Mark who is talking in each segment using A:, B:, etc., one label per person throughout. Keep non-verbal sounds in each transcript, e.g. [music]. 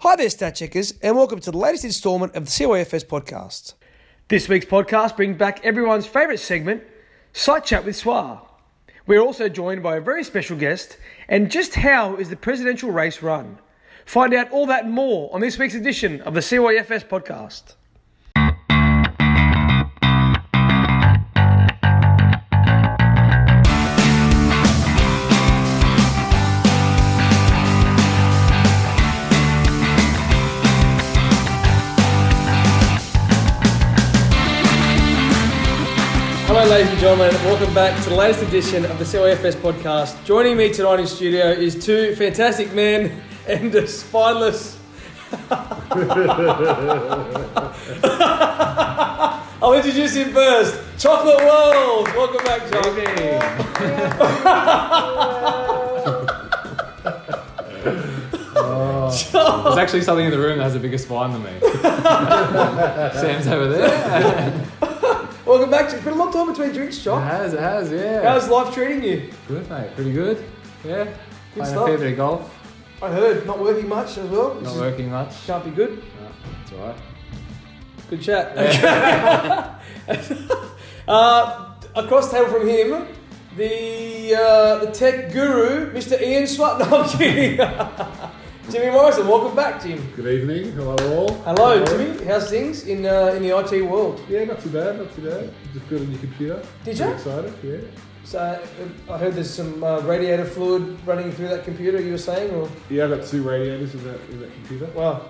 A: Hi there, stat checkers, and welcome to the latest instalment of the CYFS podcast.
B: This week's podcast brings back everyone's favourite segment, Site Chat with Swar. We're also joined by a very special guest, and just how is the presidential race run? Find out all that and more on this week's edition of the CYFS podcast. Hello, ladies and gentlemen, and welcome back to the latest edition of the CYFS podcast. Joining me tonight in studio is two fantastic men and a spineless. [laughs] I'll introduce him first. Chocolate World, welcome back, John.
C: There's actually something in the room that has a bigger spine [laughs] than me. Sam's over there.
B: Welcome back. It's been a long time between drinks,
C: It
B: John.
C: has, it has, yeah.
B: How's life treating you?
C: good, mate. Pretty good. Yeah. Playing
B: stuff.
C: a fair bit of golf.
B: I heard not working much as well. which
C: Not
B: is-
C: working much.
B: Can't be good.
C: No, it's alright.
B: Good chat. [laughs] uh, across the table from him, the uh, the tech guru, Mr. Ian Swat. No, I'm kidding. [laughs] Jimmy Morrison, welcome back, Jim.
D: Good evening, hello all.
B: Hello, Jimmy. How's things in uh, in the IT world?
D: Yeah, not too bad, not too bad. Just good on your computer.
B: Did
D: Pretty
B: you?
D: Excited, yeah.
B: So uh, I heard there's some uh, radiator fluid running through that computer. You were saying, or
D: Yeah, I got two radiators in that in that computer.
B: wow.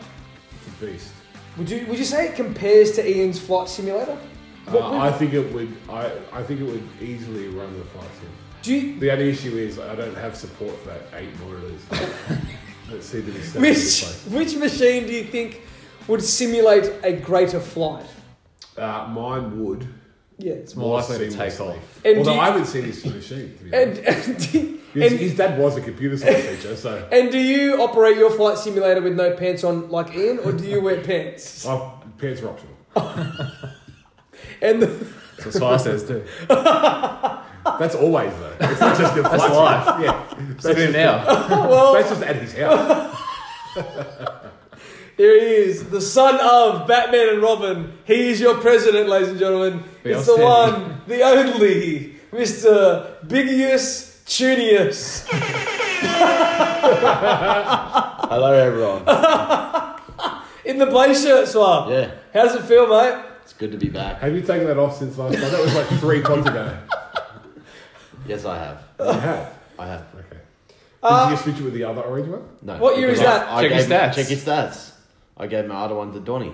D: It's a beast.
B: Would you would you say it compares to Ian's flight simulator? What-
D: Uh, I think it would. I, I think it would easily run the flight sim.
B: Do you,
D: The only issue is I don't have support for that eight
B: [laughs]
D: monitors that seem to be stacked in
B: Which,
D: place.
B: which machine do you think would simulate a greater flight?
D: Uh, mine would.
B: Yes.
C: More likely to
D: seamlessly.
C: take off.
B: And
D: Although
B: do you-
D: I haven't seen his machine. To be
B: And, [laughs]
D: honest.
B: and, do,
D: His,
B: and,
D: his dad was a computer science teacher, so
B: and do you operate your flight simulator with no pants on like Ian, or do you wear pants?
D: oh, pants are optional.
B: And the, [laughs]
C: That's what Sly says too.
D: That's always though. It's not just your flight. sim.
C: life.
D: Yeah. That's
C: Look at him
D: just-
C: now.
B: well,
D: That's just at his house.
B: there he is, the son of Batman and Robin. He is your president, ladies and gentlemen.
C: We
B: it's
C: all
B: the
C: said-
B: one, the only, Mr. Bigius Tunius.
E: Hello, everyone.
B: In the blaze shirt swap.
E: Yeah,
B: How does it feel, mate?
E: it's good to be back.
D: Have you taken that off since last time? That was like three pods ago.
E: Yes, I have.
D: You have.
E: I have.
D: Okay. Did
B: Uh,
D: you switch it with the other orange one?
E: No.
B: What year is
E: because
B: that?
C: Check your
E: gave-
C: stats.
E: Check your stats. I gave my other one to Donny.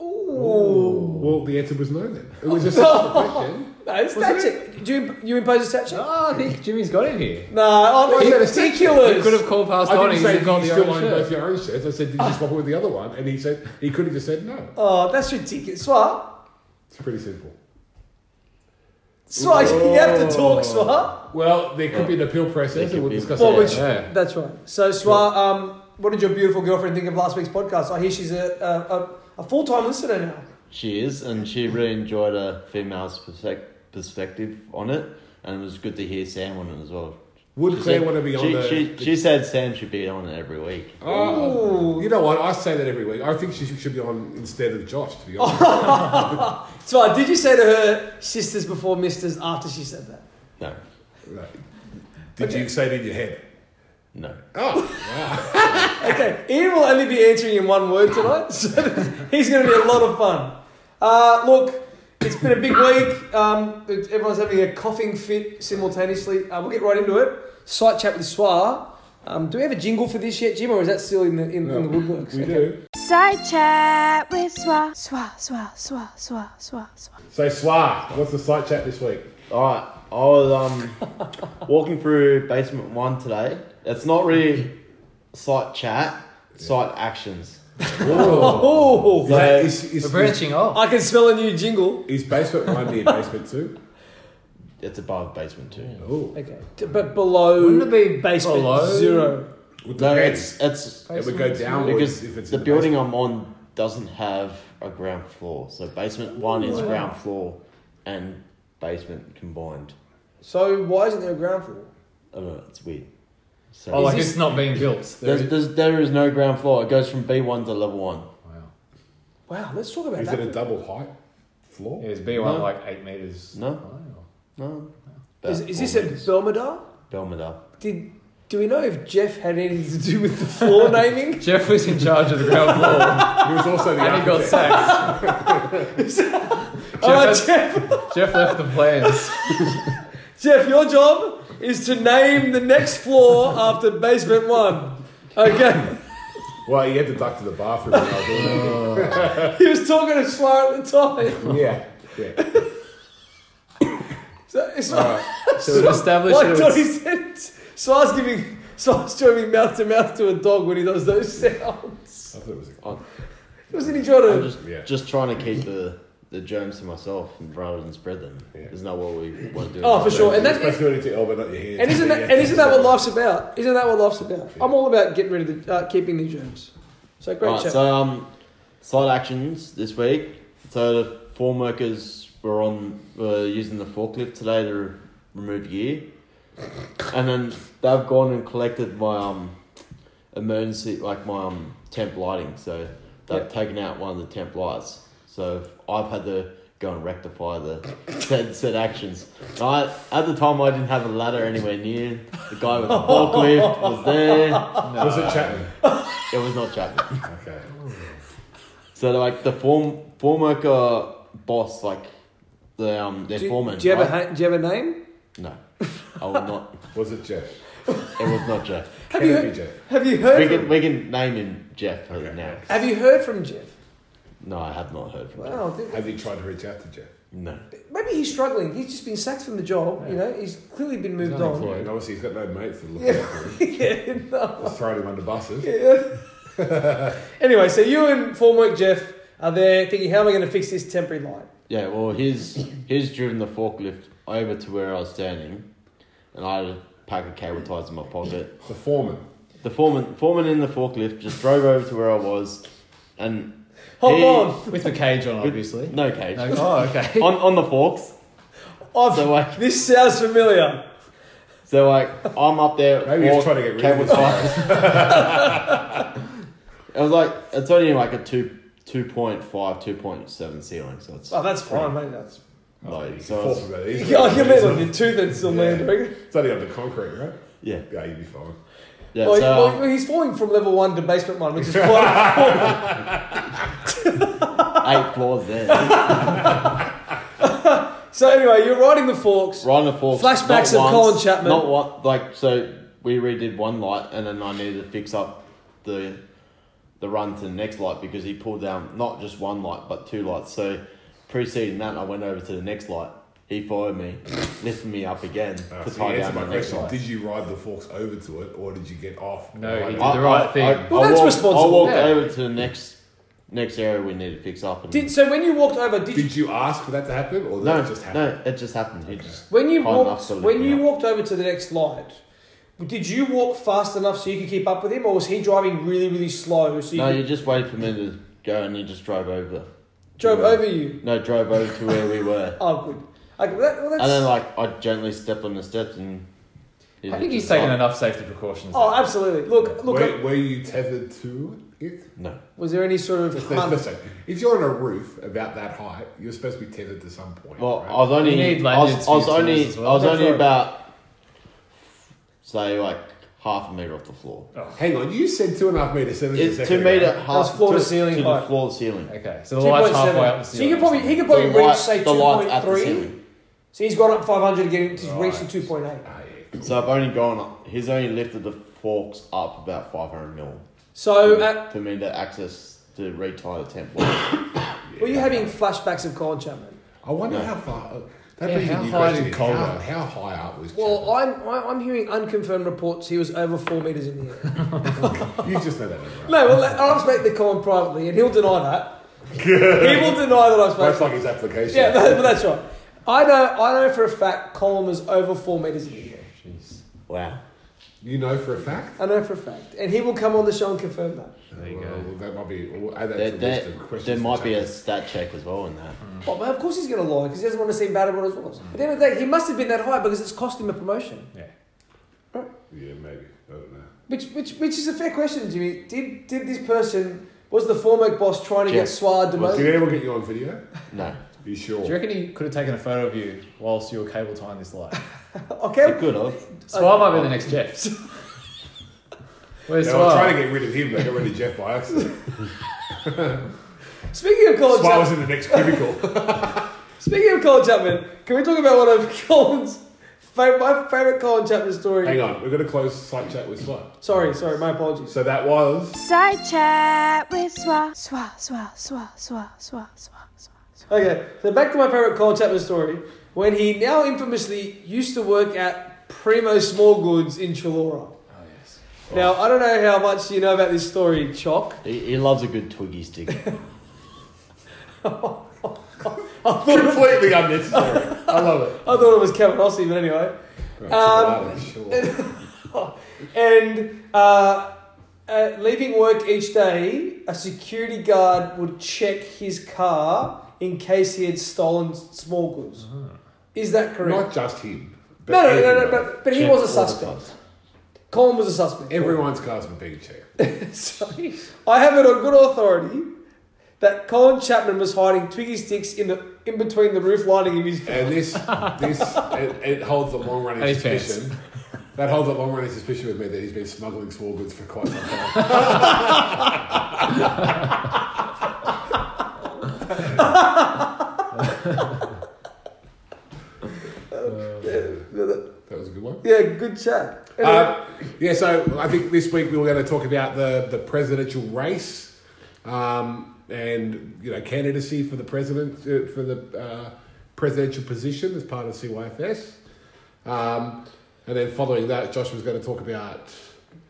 B: ooh.
D: Well, the answer was no then. It was just a question.
B: No, it's
D: Wasn't
B: stat check. Do you, you impose a stat check?
C: Oh, I think Jimmy's got him here.
B: Nah, I'm
D: Well, you had a stat check.
B: ridiculous.
C: Could have called past
D: I
C: Donnie.
D: didn't
C: He's
D: say did
C: got
D: you
C: the
D: still
C: orange
D: own both
C: shirt.
D: your orange shirts. I said did you swap it with the other one? And he said he could have just said no.
B: Oh, that's ridiculous. Swat.
D: It's pretty simple.
B: Swat, you have to talk, Swat.
D: Well, there could be an appeal
E: There
D: process,
E: could
D: and we'll
E: be.
D: discuss
B: Well,
D: that.
B: which,
D: later.
C: Yeah.
B: That's right. So, Swat, um, what did your beautiful girlfriend think of last week's podcast? I hear she's a, a, a, a full time listener now.
E: She is, and she really enjoyed a female's persec- perspective on it, and it was good to hear Sam on it as well.
D: Would
E: She
D: Claire
E: said-
D: want to be on
E: she,
D: the?
E: She, she said Sam should be on it every week.
D: Oh,
B: Ooh.
D: you know what? I say that every week. I think she should should be on instead of Josh. To be honest,
B: Swat, did you say to her sisters before misters after she said that?
E: No,
D: No. did you say it in your head?
E: no.
D: Oh,
B: Okay, Ian will only be answering in one word tonight, [laughs] so he's going to be a lot of fun. Uh, look, it's been a big week. Um, it- everyone's having a coughing fit simultaneously. Uh, we'll get right into it. Site chat with Swar. Um, do we have a jingle for this yet, Jim, or is that still in the in, in the woodworks?
D: we
B: Okay.
D: do.
F: Side chat with Swa, Swa, Swa, Swa, Swa, Swa, Swa.
D: So Swa, what's the site chat this week?
E: All right, I was um, [laughs] walking through basement one today. It's not really site chat, site actions.
B: [laughs] Oh,
D: Is, that,
E: So-
D: is, is,
C: We're
D: is,
C: branching off.
B: I can smell a new jingle.
D: is basement one near basement
B: [laughs]
D: two?
E: It's above basement two.
D: Oh,
B: Okay, t- but below
C: Wouldn't it be
B: basement
C: below?
B: zero?
D: Well,
E: No,
D: depends.
E: it's it's
D: it would go downwards
E: because
D: if it's
E: the
D: in
E: building I'm on doesn't have a ground floor. So
B: Oh.
E: basement one is ground floor and basement combined.
B: So why isn't there a ground floor?
E: I don't know. It's weird. So
C: Oh, like
B: this-
C: it's not being built. There
E: there's,
C: is-
E: there's, there is no ground floor. It goes from B1 to level 1.
C: wow.
B: Wow, let's talk about
D: Is
B: that. [laughs]
D: it a double height floor?
C: Yeah, is B1
E: No.
C: like eight meters?
E: No.
C: high or-
E: No.
B: Oh. Is,
E: About
B: is
E: four
B: this at
E: meters.
B: Belmedar?
E: Belmedar?
B: Did do we know if Jeff had anything to do with the [laughs] floor naming?
C: Jeff was in charge of the ground [laughs] floor
D: He was also the
B: [laughs]
C: and he got
D: architect.
C: sacked.
B: All right,
C: Jeff-
B: Jeff.
C: Jeff left the plans.
B: Jeff, your job is to name the next floor after basement one. Okay. [laughs]
D: Well, he had to duck to the bathroom. when I was doing
B: He was talking to Schlar at the time.
D: it. yeah, yeah.
B: So it's not.
C: So we've established
B: Like
C: that
B: Tony
C: it's,
B: said, Slar's giving Slar's driving mouth to mouth to a dog when he does those sounds.
D: I thought it was. A,
B: Wasn't he trying to?
E: I'm just,
D: Yeah.
E: just trying to keep the, the germs to myself and rather than spread them.
D: Yeah.
E: Isn't that what we want to do?
B: Oh, for sure. And
D: You're supposed
B: that.
D: to do it to your elbow, not your hand.
B: And isn't that, and isn't that what life's about? Isn't that what life's about?
D: Yeah.
B: I'm all about getting rid of the, uh, keeping the germs. So great
E: Right,
B: chat.
E: so um, side actions this week. So the form workers were on were using the forklift today to re- remove gear, and then they've gone and collected my um emergency like my um temp lighting. So they've
B: Yep.
E: taken out one of the temp lights. So I've had to go and rectify the [laughs] said said actions. I at the time I didn't have a ladder anywhere near. The guy with the forklift was there.
D: Was it Chapman?
B: [laughs]
E: It was not Chapman.
D: Okay.
E: So like the form form worker boss, like the um their
B: do,
E: foreman.
B: do you have a
E: right?
B: ha- do you have a name?
E: No, I would not.
D: Was it Jeff?
E: It was not Jeff.
B: [laughs] Have
D: Can
B: you
D: it be
B: heard,
D: Jeff?
B: have you
E: We
B: heard
E: can
B: from,
E: we can name him Jeff for now.
B: have you heard from Jeff?
E: No, I have not heard from Jeff.
B: Wow, dude.
D: Have you tried to reach out to Jeff?
E: No.
B: maybe he's struggling. He's just been sacked from the job. You know, he's clearly been moved on.
D: And obviously, he's got no mates to look
B: Yeah.
D: out for him.
B: [laughs] yeah, no.
D: Just throwing him under buses.
B: Yeah. anyway, so you and formwork Jeff are there thinking, how am I going to fix this temporary line?
E: Yeah. Well, he's he's driven the forklift over to where I was standing, and I had a pack of cable ties in my pocket.
D: The foreman.
E: The foreman foreman in the forklift just drove over to where I was, and
B: Hop
E: he-
B: on.
C: with the cage on, obviously.
E: [laughs] no cage
C: No- oh, okay.
E: on on the forks.
B: I've-
E: So like
B: this sounds familiar.
E: So like I'm up there.
D: Maybe he's trying to get rid of
E: cable
D: his
E: ties. [laughs] I was like, it's only like a two. 2.5, 2.7 ceiling, so it's
B: Oh, that's fine, mate. That's... Oh,
E: low.
D: He's
E: So
D: fourth
E: it's,
D: about it. He's
B: You can- I can land on
D: it's
B: your tooth and still
D: Yeah.
B: land. I reckon.
D: only on the concrete, right?
E: yeah,
D: Yeah, you'd be fine.
E: yeah.
B: Well,
E: so,
B: well, he's falling from level one to basement one,
E: [laughs]
B: which is quite.
E: um, eight floors there.
B: so anyway, you're riding the forks.
E: Right on the forks.
B: Flashbacks
E: not
B: of Colin
E: once,
B: Chapman.
E: Not what like so we redid one light, and then I needed to fix up the the run to the next light because he pulled down not just one light but two lights. So preceding that, I went over to the next light. He followed me, [laughs] lifted me up again
D: Uh,
E: to
D: so
E: tie
D: you
E: down
D: answered my
E: the next
D: question.
E: light.
D: Did you ride the forks over to it, or did you get off?
C: No,
D: Like,
C: he
D: I-
C: did. the right thing.
B: Well, that's
E: walked,
B: responsible.
E: I walked
C: Yeah.
E: over to the next next area we need to fix up. And
B: Did, so when you walked over, did, you,
D: Did you ask for that to happen, or
E: no,
D: that just happened?
E: no, it just happened. He just
B: when you
E: Fine,
B: walked
E: absolutely,
B: when you
E: yeah.
B: walked over to the next light, did you walk fast enough so you could keep up with him, or was he driving really really slow so you
E: no,
B: could-
E: you just waited for me to go, and he just drove over.
B: drove
E: Yeah.
B: over you?
E: No, drove over to where we were,
B: [laughs] Oh, good. Okay, well, that, well, that's,
E: and then like I gently stepped on the steps, and he
C: I think he's
E: just-
C: taken
E: oh,
C: enough safety precautions.
B: oh, absolutely. Look, look.
D: were, were you tethered to it?
E: No,
B: was there any sort of
D: That's- that's-
B: hunt?
D: that's it. If you're on a roof about that height, you're supposed to be tethered to some point.
E: well,
D: right?
E: I was only,
C: You need
E: I was,
C: lanyards
E: I was
C: for your
E: only,
C: tools as well.
E: I was
B: That's
E: only
B: right.
E: about say like half a meter off the floor.
D: Hang on, you said two and a half meters. seven
E: It's
D: seconds
E: two
D: ago.
E: meter half
B: floor to
E: to
B: ceiling
E: to
B: height.
E: the floor to ceiling.
C: Okay, so the light's
B: 2.7.
C: halfway up the
B: So you
C: ceiling.
B: could probably he could
E: The
B: probably reach
E: light-
B: say
E: the
B: two
E: light's
B: point
E: at the
B: three.
E: ceiling.
B: So he's gone up five hundred to get him to reach the
D: Right.
B: two point eight.
D: Ah, yeah.
E: So I've only gone up. He's only lifted the forks up about 500 mil
B: So uh,
E: for me to access to retire the template.
B: were you having flashbacks of Colin Chapman?
D: I wonder
E: No.
D: how far. uh, That
C: Yeah,
D: brings
C: how
D: a new
C: high
D: question.
C: did Calder-
D: How, how high up was?
B: Well, I'm I- I'm hearing unconfirmed reports he was over four meters in the air.
D: Chapman? you just know that.
B: [laughs]
D: Right?
B: no, well I'll speak to Colin privately, and he'll deny that. he will deny that I spoke.
D: That's like his application.
B: Yeah, that, but that's right. I know, I know for a fact Colin was over four meters in the air.
C: Jeez.
E: Wow.
D: You know for a fact.
B: I know for a fact, and he will come on the show and confirm that.
C: There you
D: well,
C: go.
D: That might be. We'll add that
E: There,
D: to the
E: there,
D: list of questions.
E: there
D: for
E: might be a
D: Chapman.
E: stat check as well in that.
B: Oh, but of course he's going to lie because he doesn't want to seem bad at what it was. But at the end of the day, he must have been that high because it's cost him a promotion.
C: Yeah.
D: Yeah, maybe. I don't know.
B: Which, which, which is a fair question, Jimmy. Did did this person was the former boss trying to get
E: Jeff.
B: Swad
D: Did
B: demoted?
D: anyone get you on video?
E: No.
D: Are you sure?
C: Do you reckon he could have taken a photo of you whilst you were cable tying this light?
E: They
B: Okay,
E: could have.
C: So I might be the next Jeffs. Where's
D: They were trying
C: Swab?
D: to get rid of him. They got rid of Jeff by
B: [laughs]
D: accident.
B: speaking of Colin
D: That's why
B: Chapman,
D: I was in the next cubicle.
B: [laughs] speaking of Colin Chapman, can we talk about one of [laughs] Colin's fav- my favorite Colin Chapman story?
D: Hang on, we're going to close site chat with Slut.
B: Sorry, sorry, my apologies.
D: So that was [laughs]
F: Side chat with Swa. Swa, swa, swa, swa, swa, swa, swa.
B: Okay, so back to my favorite Colin Chapman story when he now infamously used to work at Primo Small Goods in Chalora.
C: Oh, yes.
B: Now I don't know how much you know about this story, Chalk.
E: He, he loves a good
D: [laughs]
E: twiggy stick.
D: completely unnecessary. I love
B: [laughs]
D: it.
B: I thought it was Kevin Ossie, but anyway. Um,
D: sure.
B: And uh, uh, leaving work each day, a security guard would check his car in case he had stolen small goods. Is that correct?
D: Uh-huh. Not just him. but
B: no, no, no, no, no,
D: everyone.
B: but, but he
E: Check
B: was a
E: all the
B: suspect. Colin was a suspect. [laughs]
D: Everyone's cars were being checked.
B: So, I have it on good authority that Colin Chapman was hiding Twiggy sticks in the in between the roof lining of his car.
D: And this, this, it, it holds a long
C: And
D: running
C: his pants.
D: suspicion. That holds a long running suspicion with me that he's been smuggling small goods for quite some time. That was a good one.
B: Yeah, good chat. Anyway,
D: Uh, yeah, so I think this week we were going to talk about the, the presidential race um, and you know candidacy for the president uh, for the uh, presidential position as part of CYFS, um, and then following that, Josh was going to talk about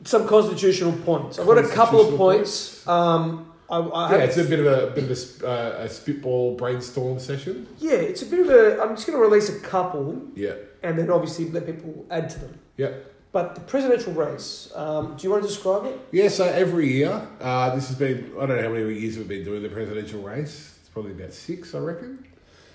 B: some constitutional points. I've got a couple of
D: Constitutional
B: points. Um, I, I
D: yeah,
B: have-
D: it's a bit of a bit of a, sp- uh, a spitball brainstorm session.
B: Yeah, it's a bit of a. I'm just going to release a couple
D: Yeah,
B: and then obviously let people add to them.
D: yeah.
B: But the presidential race, um, do you want to describe it?
D: Yeah, so every year, uh, this has been, I don't know how many years we've been doing the presidential race. It's probably about six, I reckon.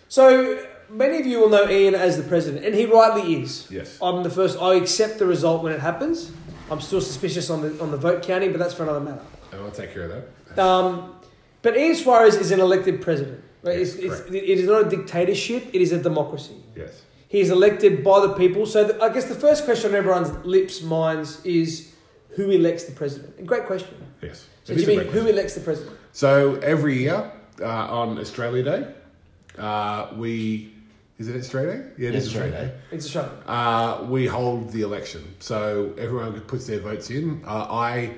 B: So many of you will know Ian as the president, and he rightly is.
D: Yes.
B: I'm the first. I accept the result when it happens. I'm still suspicious on the on the vote counting, but that's for another matter.
D: And I'll take care of that.
B: Um, but Ian Suarez is an elected president. Right?
D: Yes,
B: It's, it's,
D: correct.
B: it is not a dictatorship. It is a democracy.
D: Yes.
B: He is elected by the people. So the, I guess the first question on everyone's lips, minds, is who elects the president? And great question.
D: Yes.
B: So
D: It is
B: do you
D: a
B: mean
D: great
B: who elects the president?
D: So every year uh, on Australia Day, uh, we is it Australia Day? Yeah, it is eh? Australia Day.
B: It's Australia.
D: Uh, we hold the election, so everyone puts their votes in. Uh, I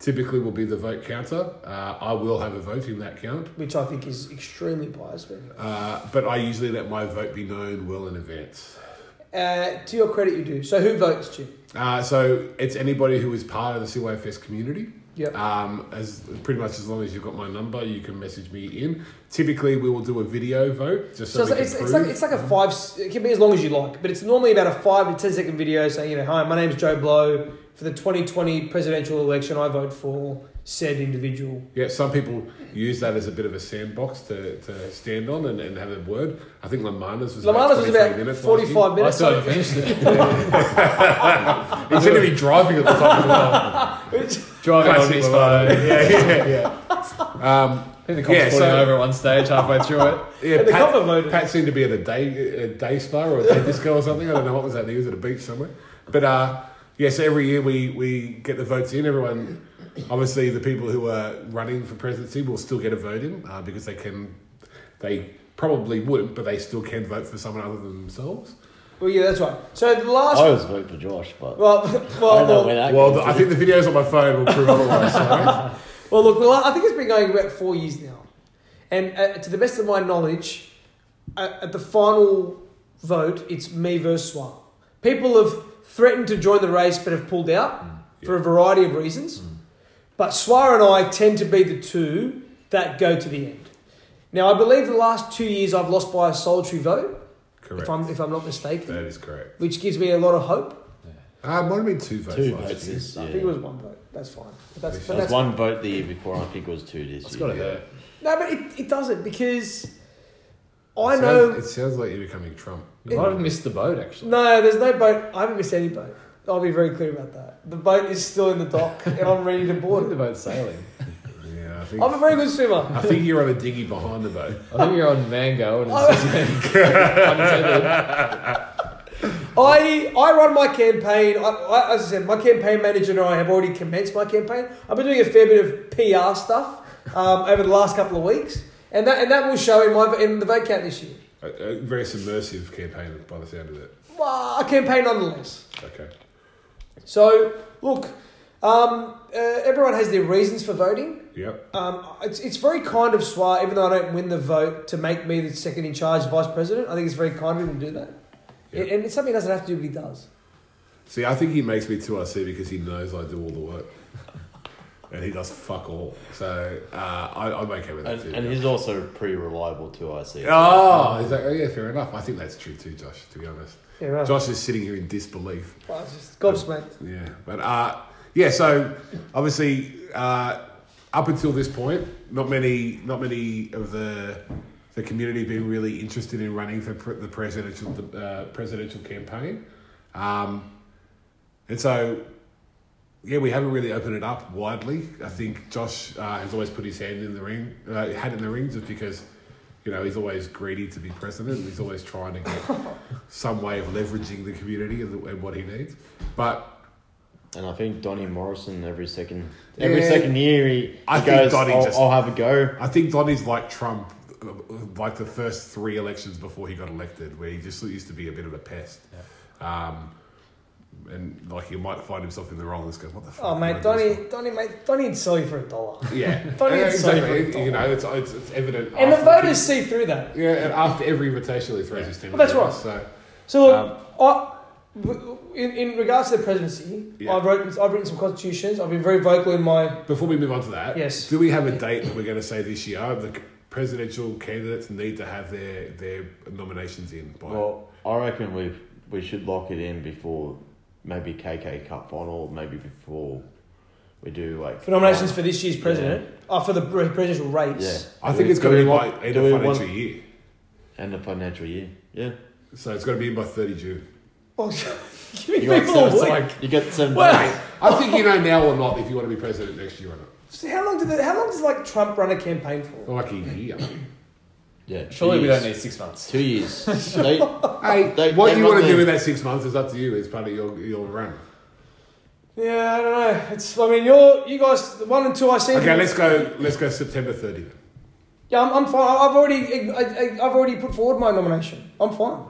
D: typically will be the vote counter. Uh, I will have a vote in that count,
B: Which I think is extremely biased. but-
D: uh, but I usually let my vote be known well in advance.
B: Uh, to your credit, you do. So who votes, Jim?
D: Uh, so it's anybody who is part of the CYFS community.
B: Yep.
D: Um, as pretty much as long as you've got my number, you can message me in. Typically, we will do a video vote just
B: So
D: so,
B: it's,
D: we can
B: it's,
D: prove.
B: it's like it's like a five. It can be as long as you like, but it's normally about a five to ten second video saying, you know, hi, my name's Joe Blow. For the 2020 presidential election, I vote for said individual.
D: Yeah, some people use that as a bit of a sandbox to, to stand on and, and have a word. I think Lamana's was
B: Lamana's
D: about
B: was
D: 23
B: about 45
C: I
D: minutes last
B: minutes.
C: still haven't finished it.
D: year. He's going to be driving at the top of the line.
C: [laughs]
B: [laughs]
C: Driving on
D: Classic
C: his
D: Lamana.
C: phone.
D: Yeah, yeah, yeah. Um,
C: I think the cops
D: Yeah,
C: pulled
D: so-
C: him over at one stage halfway through it.
D: yeah
B: And the
D: Pat,
B: cover voted.
D: Pat seemed to be at a day a day spa or a day
B: [laughs]
D: disco or something. I don't know what was that. He was at a beach somewhere. But uh, yes, every year we, we get the votes in. Everyone, obviously, the people who are running for presidency will still get a vote in uh, because they can, they probably wouldn't, but they still can vote for someone other than themselves.
B: Well, yeah, that's right. So the last,
E: I always vote for Josh,
B: [laughs]
E: but
B: well,
E: I don't
B: well,
E: know
B: well,
E: where that
D: Well,
E: comes
D: th- I
E: from.
D: think the videos on my phone will prove
E: [laughs]
D: otherwise. sorry.
B: Well, look, well, I think it's been going about four years now. And uh, to the best of my knowledge, uh, at the final vote, it's me versus Swan. People have threatened to join the race but have pulled out
E: Mm,
B: for a variety of reasons. But Swar and I tend to be the two that go to the end. Now, I believe the last two years I've lost by a solitary vote, if
D: Correct.
B: I'm, if I'm not mistaken,
D: That is correct.
B: which gives me a lot of hope.
D: Uh, might have been two votes.
E: two
D: last
E: votes
D: year.
E: this
B: I think it
E: year.
B: was one vote. That's fine. But that's, but
E: There
B: that's
E: was one vote the year before, and I think it was two this
C: It's
E: year.
C: got it there.
B: No, but it, it doesn't because I
D: It sounds-
B: know.
D: it sounge like you're becoming Trump.
B: [laughs]
C: You might have missed the boat, actually.
B: No, there's no boat. I haven't missed any boat. I'll be very clear about that. The boat is still in the dock, and I'm ready to
C: What
B: board
C: the
B: it.
C: boat's sailing?
D: Yeah, I think,
B: I'm a very good swimmer.
D: I think you're on a dinghy behind the boat.
C: I think you're on Mango and it's just Unintended.
B: I I run my campaign. I, I, as I said, my campaign manager and I have already commenced my campaign. I've been doing a fair bit of PR stuff um, over the last couple of weeks, and that and that will show in my in the vote count this year.
D: A, a very submersive campaign by the sound of it.
B: Well, a campaign nonetheless.
D: Okay.
B: So look, um, uh, everyone has their reasons for voting.
D: Yep.
B: Um, it's, it's very kind of Swa, even though I don't win the vote, to make me the second in charge vice president. I think it's very kind of him to do that.
D: Yeah.
B: And- And it's something he doesn't have to do, but he does.
D: See, I think he makes me 2RC because he knows I do all the work. [laughs] And he does fuck all. So uh, I, I'm okay with that
E: And,
D: too.
E: and he's also pretty reliable too, I see.
D: Oh, is that, oh, yeah, fair enough. I think that's true too, Josh, to be honest.
B: Yeah, right.
D: Josh is sitting here in disbelief.
B: Well, it's just gobsmacked.
D: Yeah, but uh, yeah. So obviously, uh, up until this point, not many, not many of the the community have been really interested in running for pre- the presidential the, uh, presidential campaign, um, and so. Yeah, we haven't really opened it up widely. I think Josh uh, has always put his hand in the ring, uh, hat in the ring, just because, you know, he's always greedy to be president. He's always trying to get some way of leveraging the community and, the, and what he needs. But
E: And I think Donnie Morrison every second every
D: Yeah.
E: second year he, he
D: I think
E: goes,
D: Donnie
E: I'll,
D: just-
E: I'll have a go.
D: I think Donny's like Trump, like the first three elections before he got elected, where he just used to be a bit of a pest. Um, and like he might find himself in the role and just go, "What the fuck?"
B: Oh, mate,
D: am I doing
B: Donny, Donny, mate, Donny would sell you for a dollar.
D: this for?" Yeah,
B: [laughs] Donny
D: Yeah,
B: is so
D: exactly.
B: brutal.
D: you know, it's, it's, it's evident.
B: And the
D: after
B: voters see through that.
D: Yeah, and after every invitation he throws his team.
B: Well, that's
D: under
B: right.
D: us, So
B: So,
E: Um,
B: look, I, w- w- in, in regards to the presidency,
D: Yeah.
B: I've, wrote, I've written some constitutions. I've been very vocal in my.
D: before we move on to that,
B: Yes.
D: do we have a date that we're going to say this year? The presidential candidates need to have their their nominations in by.
E: Well, I reckon we we should lock it in before maybe KK Cup final, maybe before we do like
B: For nominations for this year's president, uh, for the pre- presidential
E: Yeah,
B: race.
D: I think it's
E: Do
D: going to
E: we
D: be
E: want-
D: by end
E: do
D: of
E: we
D: financial
E: want-
D: year,
E: end of financial year. Yeah,
D: so it's going to be in by thirty June.
B: Oh, [laughs] give me
E: you got
B: people a
E: seven,
B: week.
E: like you get seven
B: Well-
E: days.
D: I think you know now or not if you want to be president next year or not.
B: So how long did the, how long does like Trump run a campaign for?
D: Or like a year.
E: Yeah, two
C: Surely we
E: years.
C: don't need six months.
E: two years.
C: [laughs]
E: They-
D: Hey,
E: They-
D: what
E: they
D: you
E: run
D: want to do
E: the-
D: in that six months is up to you. It's part of your, your run.
B: Yeah, I don't know. It's I mean you're you guys the one and two I see.
D: Okay, let's go. Let's go September 30th.
B: Yeah, I'm, I'm fine. I've already I, I, I've already put forward my nomination. I'm fine.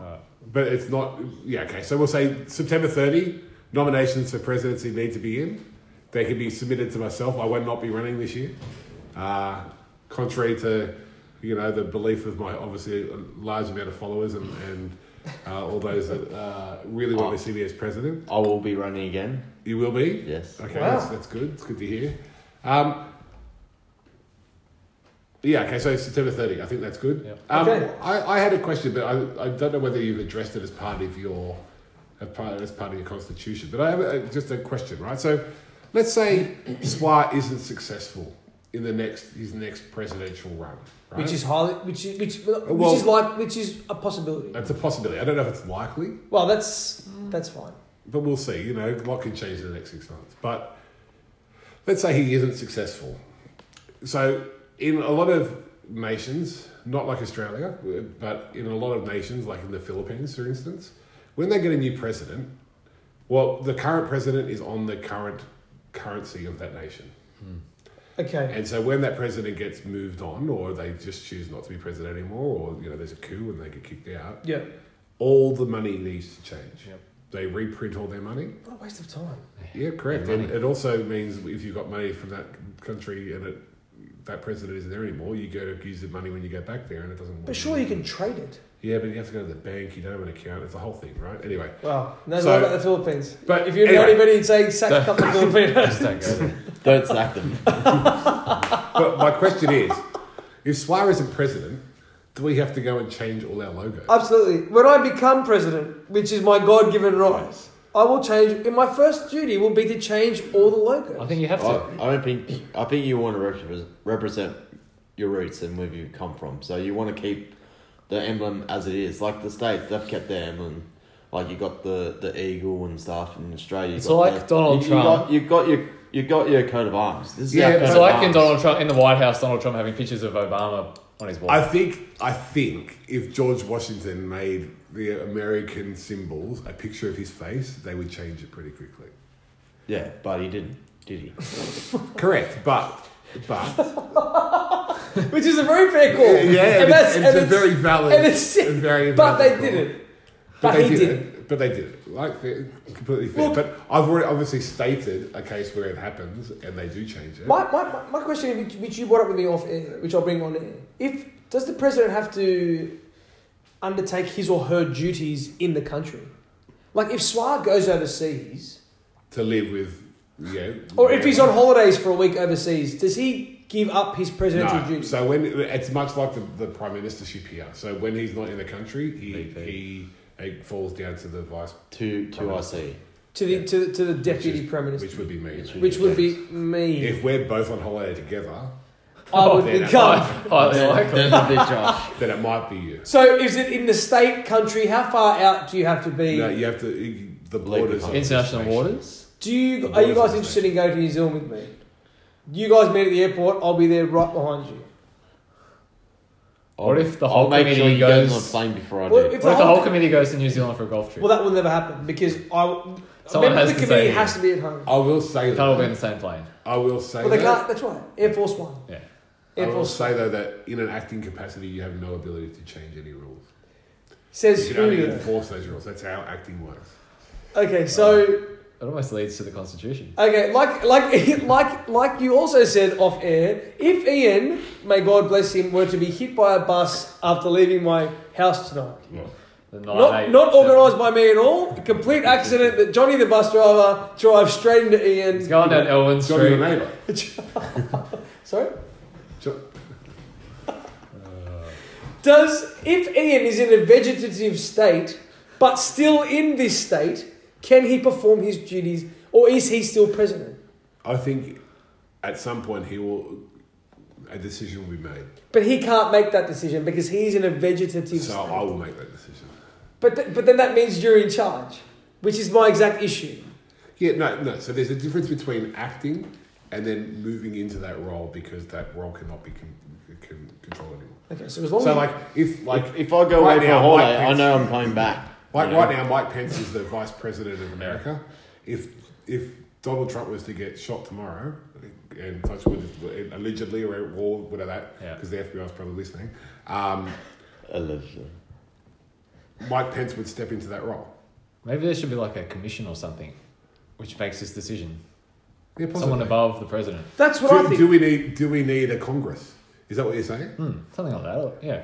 D: But it's not. Yeah, okay. So we'll say September 30. Nominations for presidency need to be in. They can be submitted to myself. I will not be running this year, uh, contrary to you know the belief of my obviously a large amount of followers and, and uh, all those that uh, really
E: Oh.
D: want to see me as president.
E: I will be running again.
D: You will be.
E: Yes,
D: Okay,
B: Wow.
D: that's, that's good. It's good to hear. Um, yeah, okay, so September 30. I think that's good.
C: Yep.
D: Um,
B: Okay.
D: I, I had a question, but I, I don't know whether you've addressed it as part of your as part, as part of your constitution. But I have a, just a question, right? So
B: [clears throat]
D: let's say Swa isn't successful in the next his next presidential run, right?
B: Which is highly which is which
D: Well-
B: which is like which is a possibility.
D: it's a possibility. I don't know if it's likely.
B: Well, that's that's fine.
D: But we'll see. You know, a lot can change in the next six months. But let's say he isn't successful. So, in a lot of nations, not like Australia, but in a lot of nations, like in the Philippines, for instance, when they get a new president, well, the current president is on the current currency of that nation.
B: Okay.
D: And so when that president gets moved on, or they just choose not to be president anymore, or you know, there's a coup and they get kicked out,
B: Yeah.
D: all the money needs to change.
C: Yep.
D: They reprint all their money.
B: What a waste of time.
D: Yeah, correct.
C: And
D: And it also means if you've got money from that country and it, that president isn't there anymore, you go to use the money when you go back there, and it doesn't.
B: But sure you can trade it.
D: Yeah, but you have to go to the bank. You don't have an account. It's a whole thing, right? Anyway,
B: Wow. No
D: So-
B: so, about the Philippines.
D: but
B: If you know
D: anyway,
B: anybody, you'd say sack a couple
D: [laughs]
B: of Filipinos.
C: Just don't go there.
E: don't
C: [laughs]
E: sack them.
D: but my question is, [laughs] if Suarez isn't president, do we have to go and change all our logos?
B: Absolutely. When I become president, which is my God given right, I will change. And my first duty will be to change all the logos.
C: I think you have
E: I,
C: to.
E: I don't think I think you want to repre- represent your roots and where you come from. So you want to keep the emblem as it is, like the states. They've kept their emblem Like you got the, the eagle and stuff in Australia. You
C: It's
E: got
C: like
E: the-
C: Donald
E: you,
C: Trump.
E: You got, you got your you got your coat of arms. This is
D: Yeah,
E: our
D: but
E: coat
C: It's
E: of
C: like in
E: arms.
C: Donald Trump in the White House, Donald Trump having pictures of Obama on his wall. [laughs]
D: I think I think if George Washington made the American symbols a picture of his face, they would change it pretty quickly.
E: Yeah, but he didn't, did he?
D: Correct, but but
B: Which is a very fair call.
D: yeah, it's,
B: and that's,
D: it's
B: and
D: a very valid
B: and it's sick,
D: and very
B: but
D: valid
B: they
D: call.
B: didn't.
D: But
B: But
D: they
B: he
D: did,
B: didn't.
D: it. But they did it. Like fair- completely fair.
B: Look-
D: but I've already obviously stated a case where it happens and they do change it.
B: My, my, my- my question, which- which you brought up with me off air, which I'll bring on air, if does the president have to undertake his or her duties in the country? Like if Swag goes overseas,
D: To live with you know,
B: or if he's on holidays for a week overseas, does he give up his presidential
D: No.
B: duties?
D: So when it's much like the, the prime ministership here. So when he's not in the country, he
E: VP.
D: he it falls down to the vice,
E: To to I see.
B: To the to, the- to the deputy
D: is-
B: prime minister,
D: which would be me.
E: Which
B: which, would be me.
D: If we're both on holiday together,
B: I would
D: then
B: become.
E: Oh,
C: Highly likely.
E: There's a big Josh.
D: then it might be you.
B: So is it in the state, country? How far out do you have to be?
D: No, you have to you- the borders. of
C: International
D: the nation.
C: waters.
B: Do you
D: The
B: are you
D: borders of
B: guys
D: the
B: interested in going to New Zealand with me? You guys meet at the airport. I'll be there right behind you.
C: What if the
E: I'll
C: whole
E: make sure
C: committee
E: you goes on the
C: goes?
E: plane before I
B: Well,
E: do.
B: if-
C: What if the whole committee goes to New Zealand for a golf trip?
B: Well, that will never happen because I.
C: Someone
B: member of
C: has
B: the
C: to
B: committee
C: say-
B: has to be at home.
D: I will say
C: Can't all be
D: that.
C: in the same plane.
D: I will say
B: Well, they
D: that.
B: can't. That's right. Air Force One.
C: Yeah.
D: I
B: Air
D: will
B: Force
D: say though that in an acting capacity, you have no ability to change any rules.
B: says
D: You can only
B: who.
D: enforce those rules. That's how acting works.
B: Okay, so
C: It almost leads to the Constitution.
B: okay, like like [laughs] like like you also said off air. If Ian, may God bless him, were to be hit by a bus after leaving my house tonight,
C: The
B: not
C: 9-8
B: not
C: seven.
B: organised by me at all, complete accident that Johnny the bus driver drives straight into
C: He's
B: Ian.
C: going down Elwyn
D: Johnny your
C: Street.
D: neighbour.
B: [laughs] Sorry.
D: Jo-
B: Does if Ian is in a vegetative state, but still in this state, can he perform his duties, or is he still president?
D: I think at some point he will. A decision will be made.
B: But he can't make that decision because he's in a vegetative
D: So
B: state.
D: I will make that decision.
B: But th- but then that means you're in charge, which is my exact issue.
D: Yeah, no, no. So there's a difference between acting and then moving into that role because that role cannot be con- con- controlled anymore.
B: Okay, so as long
D: So
B: as
D: like if like
E: If, if I go
D: Right
E: away for
D: now,
E: a holiday,
D: Mike
E: I know I'm coming back.
D: Like
E: you know?
D: right now, Mike Pence is the vice president of America. If if Donald Trump was to get shot tomorrow, and touch wood, allegedly or at war, whatever that,
C: Yeah.
D: because the FBI is probably listening, um,
E: Allegedly.
D: Mike Pence would step into that role.
C: Maybe there should be like a commission or something which makes this decision.
D: Yeah, possibly.
C: Someone above the president.
B: that's what I
D: do,
B: think.
D: do we need do we need a Congress? Is that what you're saying?
C: Hmm, something like that. or- Yeah.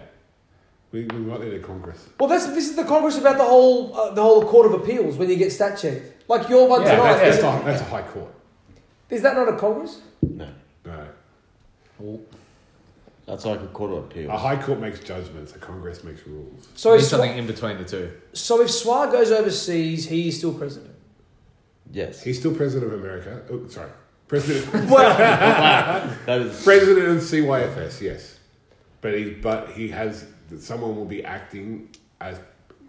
D: We, we might need a Congress.
B: well, that's this is the Congress about the whole uh, the whole Court of Appeals when you get stat checked, like your one
C: Yeah,
B: tonight.
C: that's-
B: is,
D: That's, a, that's a high court.
B: is that not a Congress?
E: No.
D: No,
C: Well,
E: That's like a court of
D: a
B: Ah.
E: appeal.
D: high court makes judgments. A Congress makes rules.
B: So if
C: there's
B: Swa-
C: something in between the two.
B: so if Swa goes overseas, he is still president.
E: Yes.
D: He's still president of America. Oh, sorry, president.
B: Well,
E: That is
D: President of CYFS, yes, but he but he has someone will be acting as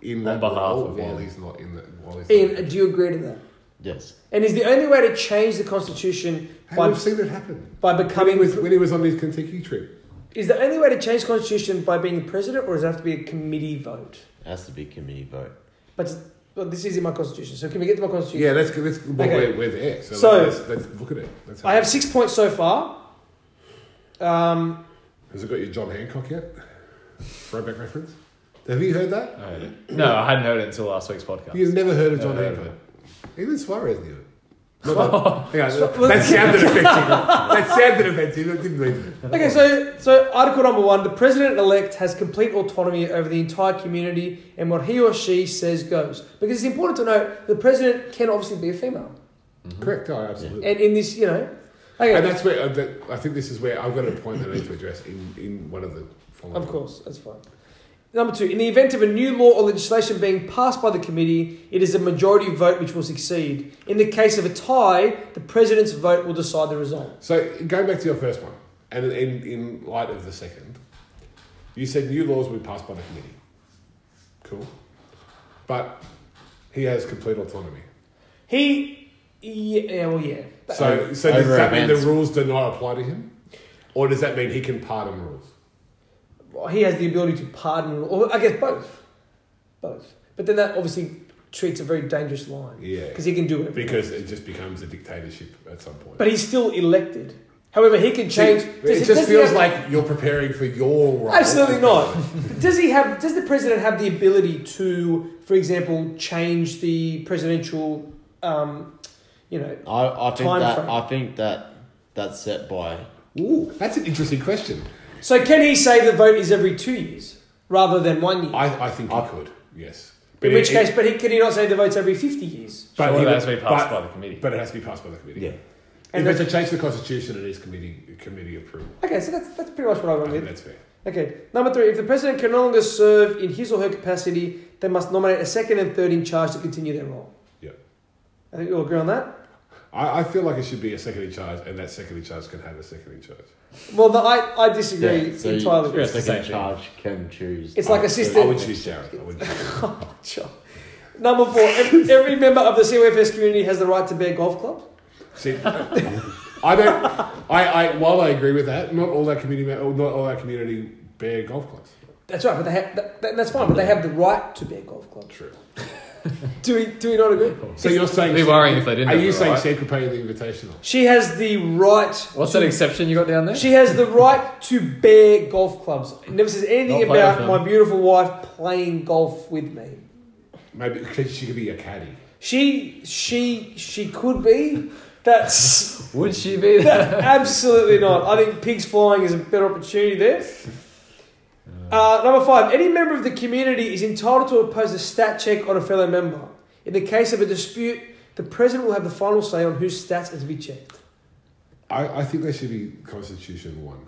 D: in that
C: behalf
D: role
C: of
D: while
C: him.
D: he's not in the while he's
B: Ian,
D: not.
B: do you agree to that?
E: yes.
B: And is the only way to change the constitution
D: Hey,
B: by,
D: we've seen it happen
B: by
D: when
B: becoming
D: he was when he was on his Kentucky trip.
B: is the only way to change constitution by being president, or does it have to be a committee vote?
E: It has to be committee vote.
B: But well, this is in my constitution, so can we get to my constitution?
D: Yeah, let's let's well,
B: Okay.
D: we're, we're there. So,
B: So-
D: let's, let's look at it. Let's
B: I have six points so far. Um,
D: Has it got your John Hancock yet? Throwback reference. Have you heard that?
C: Oh, No, I hadn't heard it until last week's podcast.
D: You've never heard of
C: No,
D: John
C: no,
D: Hancock.
C: no.
D: Even Suarez knew it. Not that, hang on,
B: [laughs]
D: that sounded offensive. That sounded offensive. It didn't mean it.
B: okay, so so article number one: the president elect has complete autonomy over the entire community, and what he or she says goes. Because it's important to note the president can obviously be a female,
D: Correct. Oh, absolutely.
B: and in this, you know, okay,
D: And that's where uh, that, I think this is where I've got a point that I need to address in, in one of the following.
B: Of course, that's fine. Number two, in the event of a new law or legislation being passed by the committee, it is a majority vote which will succeed. In the case of a tie, the president's vote will decide the result.
D: So going back to your first one, and in, in light of the second, you said new laws would be passed by the committee. Cool. But He has complete autonomy.
B: He, yeah, yeah, well, yeah.
D: So, so does
E: over
D: that mean the
E: advanced.
D: rules do not apply to him, or does that mean he can pardon rules?
B: Well, he has the ability to pardon, or I guess both, both. But then that obviously treats a very dangerous line.
D: Yeah.
B: because he can do it.
D: Because it just becomes a dictatorship at some point.
B: but he's still elected. However, he can change.
D: it,
B: does-
D: it
B: does
D: just
B: he
D: feels
B: have-
D: like you're preparing for your role. [laughs]
B: Absolutely not. But does he have? Does the president have the ability to, for example, change the presidential, um, you know,
E: I, I think
B: Time
E: that
B: frame.
E: I think that that's set by
D: Ooh, that's an interesting question.
B: So can he say the vote is every two years rather than one year?
D: I, I think I could. Yes.
B: In
D: it-
B: which
D: it-
B: case, but he, can he not say the vote's every fifty years?
D: but
C: Surely
D: he
C: that
D: would-
C: has to be passed
D: but-
C: by the committee.
D: But it has to be passed by the committee.
E: yeah.
B: And
D: And if it's to change the constitution, it is committee committee approval.
B: Okay, so that's that's pretty much what I
D: I
B: went
D: think
B: with.
D: that's fair.
B: Okay, number three: If the president can no longer serve in his or her capacity, they must nominate a second and third in charge to continue their role.
D: Yeah.
B: I think you'll agree on that.
D: I, I feel like it should be a second in charge, and that second in charge can have a second in charge.
B: Well, the, I I disagree
E: Yeah, so you-
B: entirely.
C: Yeah, it's the
E: Second
C: same thing.
E: charge can choose. Oh.
B: It's like
E: up
B: a
E: to-
B: system-
D: I would choose Jared. I would choose.
B: [laughs] Sure. Number four: every, every member of the COFS community has the right to bear golf clubs.
D: See, I don't. I, I while I agree with that, not all that community, ma- not all that community bear golf clubs.
B: That's right, but they have that, that- that's fine. But they have the right to bear golf clubs.
D: True.
B: Do we do we not agree?
D: So you're saying
C: It'd be worrying if they didn't
D: Are
C: have
D: you
C: the
D: saying
C: right.
D: she could pay the invitational?
B: She has the right.
C: What's that exception you got down there?
B: She has the right to bear golf clubs. It never says anything
C: Not play
B: about
C: with
B: my
C: them.
B: beautiful wife playing golf with me.
D: Maybe 'cause she could be a caddy.
B: She she she could be.
C: [laughs]
B: That's
C: Would she be there?
B: that, absolutely not. I think pigs flying is a better opportunity there. Uh, number five, any member of the community is entitled to oppose a stat check on a fellow member. In the case of a dispute, the president will have the final say on whose stats are to be checked.
D: I, I think there should be Constitution one.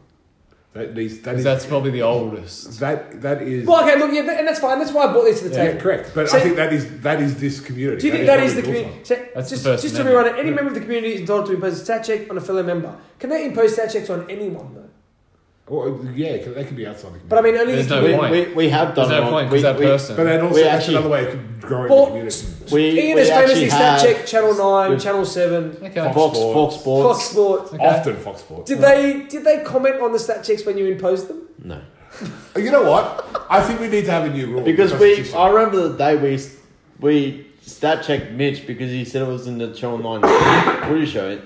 D: That needs that is
C: That's probably the oldest.
D: that that is
B: Well, okay, look, yeah, and that's fine. That's why I brought this to the
D: yeah,
B: table.
D: correct. But
B: So-
D: I think that is that is this community.
B: Do you think that is the
D: what we
B: community?
D: call
B: So,
C: That's the
B: just,
C: First
B: just to
C: Amendment.
B: rerun it, any member of the community is entitled to impose a stat check on a fellow member. Can they impose stat checks on anyone though?
D: it. Well, yeah, 'cause that could be outside the community.
B: But I mean, only
C: There's
B: the
C: no
B: community.
C: point.
E: We, we, we have done
C: There's no
E: it on-
C: point
E: we,
C: because that
E: we,
C: person.
D: but then also
E: we
D: that's
E: actually-
D: another way of growing
B: Well,
D: the community.
E: We,
B: Ian
E: we
B: has
E: actually
B: famously
E: have
B: stat check Channel Nine,
E: we-
B: Channel Seven,
C: Okay.
E: Fox,
D: Fox
E: Fox Sports.
B: Fox Sports.
D: Often Fox Sports.
B: Did they did they comment on the stat checks when you imposed them?
E: No,
D: You know what? I think we need to have a new rule
E: because
D: in the
E: we.
D: Constitution.
E: I remember the day we we stat checked Mitch because he said it was in the Channel Nine [coughs] footage show, it,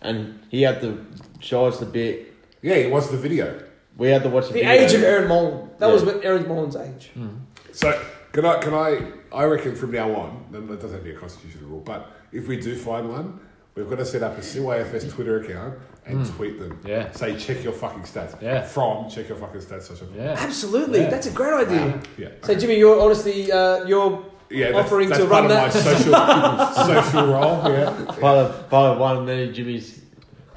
E: and he had to show us the bit.
D: yeah, he watched the video.
E: We had to watch the,
B: The
E: video.
B: age of Aaron Mullen. That
E: Yeah.
B: was with Aaron Mullen's age.
C: Hmm.
D: So can I? Can I? I reckon from now on, then that doesn't have to be a constitutional rule. But if we do find one, we've got to set up a CYFS Twitter account and tweet them.
C: Hmm. Yeah.
D: Say check your fucking stats.
C: Yeah.
D: From check your fucking stats social. media.
C: Yeah.
B: Absolutely,
C: Yeah.
B: that's a great idea.
D: Yeah.
B: So Jimmy, you're honestly uh, you're
D: yeah,
B: offering to
D: part
B: run
D: of my
B: [laughs]
D: social social role. Yeah.
E: part of part of one of many Jimmy's.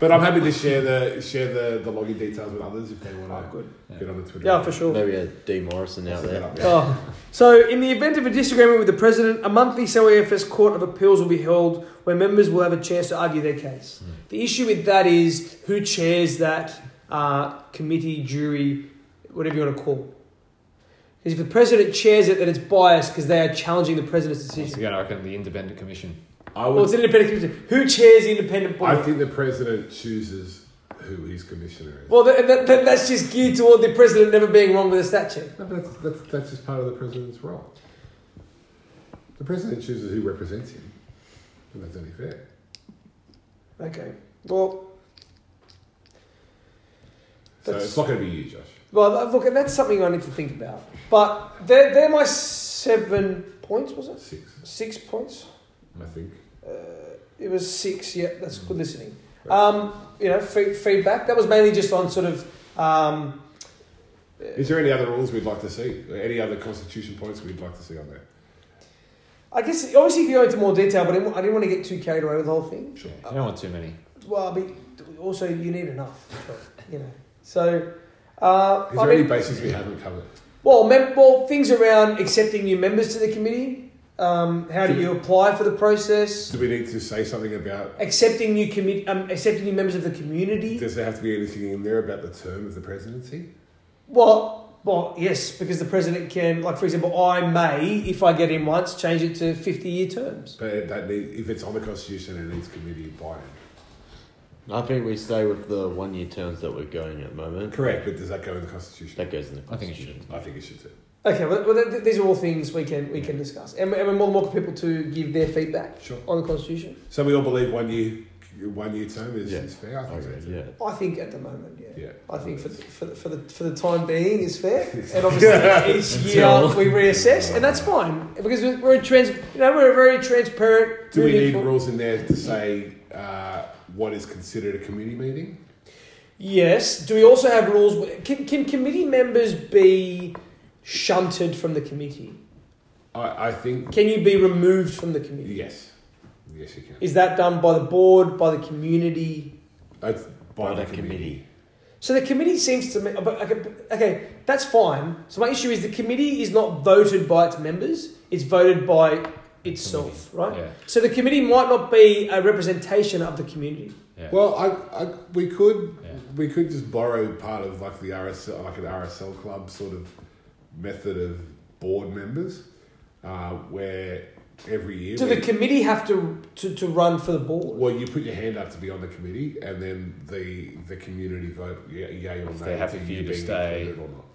D: But I'm happy to share the share the, the login details with others if they want to
B: Oh, good.
D: get on the Twitter.
B: yeah for sure.
E: Maybe a D Morrison out
D: Set that
E: there.
D: up, yeah.
B: Oh. So, in the event of a disagreement with the president, a monthly COFS Court of Appeals will be held where members will have a chance to argue their case.
D: Hmm.
B: The issue with that is who chairs that uh, committee, jury, whatever you want to call it. Because if the president chairs it, then it's biased because they are challenging the president's
C: Once
B: decision.
C: again, I reckon the independent commission.
D: I
B: Well,
D: would.
B: it's an independent committee. Who chairs the independent
D: I
B: body?
D: think the president chooses who his commissioner is.
B: Well, that, that, that, that's just geared toward the president never being wrong with a statue.
D: No, but that's, that's, that's just part of the president's role. The president chooses who represents him, and that's only fair.
B: Okay. Well,
D: So
B: That's-
D: it's not going to be you, Josh.
B: Well, th- look, that's something I need to think about. But they're, they're my seven points, was it?
D: Six,
B: Six points?
D: I think.
B: Uh, it was six, yeah, that's good listening. Um, you know, fe- feedback. That was mainly just on sort of. Um,
D: Is there any other rules we'd like to see? Or Any other constitution points we'd like to see on there?
B: I guess, obviously, you could go into more detail, but I didn't, I didn't want to get too carried away with the whole thing.
D: Sure.
C: You don't want too many.
B: Well, but also, you need enough, you know. So. Uh,
D: Is
B: I
D: there
B: mean,
D: any bases we haven't covered?
B: Well, mem- well, things around accepting new members to the committee. Um, how do you apply for the process?
D: Do we need to say something about?
B: Accepting new commi- um, accepting new members of the community.
D: Does there have to be anything in there about the term of the presidency?
B: Well, Well, yes, because the president can, like, for example, I may, if I get in once, change it to 50 year terms.
D: But that need, if it's on the constitution, it needs committee buy-in.
E: I think we stay with the one year terms that we're going at the moment.
D: Correct, but does that go in the constitution?
E: That goes in the
C: I think it
E: constitution.
D: I think it should too.
B: Okay, well, well th- th- these are all things we can we can discuss. And, and we're more than welcome people to give their feedback
D: Sure.
B: on the Constitution.
D: So we all believe one year, one year term is,
E: Yeah.
D: is fair. I think
E: Okay,
D: that's it.
E: yeah.
B: I think at the moment, yeah.
D: Yeah.
B: I think for the, for, the, for, the, for the time being is fair.
D: [laughs]
B: And obviously each year
C: Until-
B: we reassess, and that's fine. Because we're we're a, trans, you know, we're a very transparent...
D: Do we
B: moving
D: need
B: for-
D: rules in there to say uh, what is considered a committee meeting?
B: Yes. Do we also have rules? Can, can committee members be shunted from the committee?
D: I, I think
B: Can you be removed from the committee?
D: yes, yes you can.
B: Is that done by the board, by the community?
D: That's by,
E: By
D: the
E: the
D: committee.
E: committee.
B: So the committee seems to me, but okay, but- okay, that's fine. So my issue is the committee is not voted by its members; it's voted by itself, right?
C: Yeah.
B: So the committee might not be a representation of the community.
C: Yeah.
D: Well, I, I we could
C: Yeah.
D: we could just borrow part of like the RSL like an RSL club sort of method of board members, uh, where every year
B: Do
D: we-
B: the committee have to to, to run for the board?
D: Well, you put your hand up to be on the committee, and then the the community vote yeah, yay or nay.
C: they're happy
D: to
C: for you to
D: being
C: stay.
D: included Or not.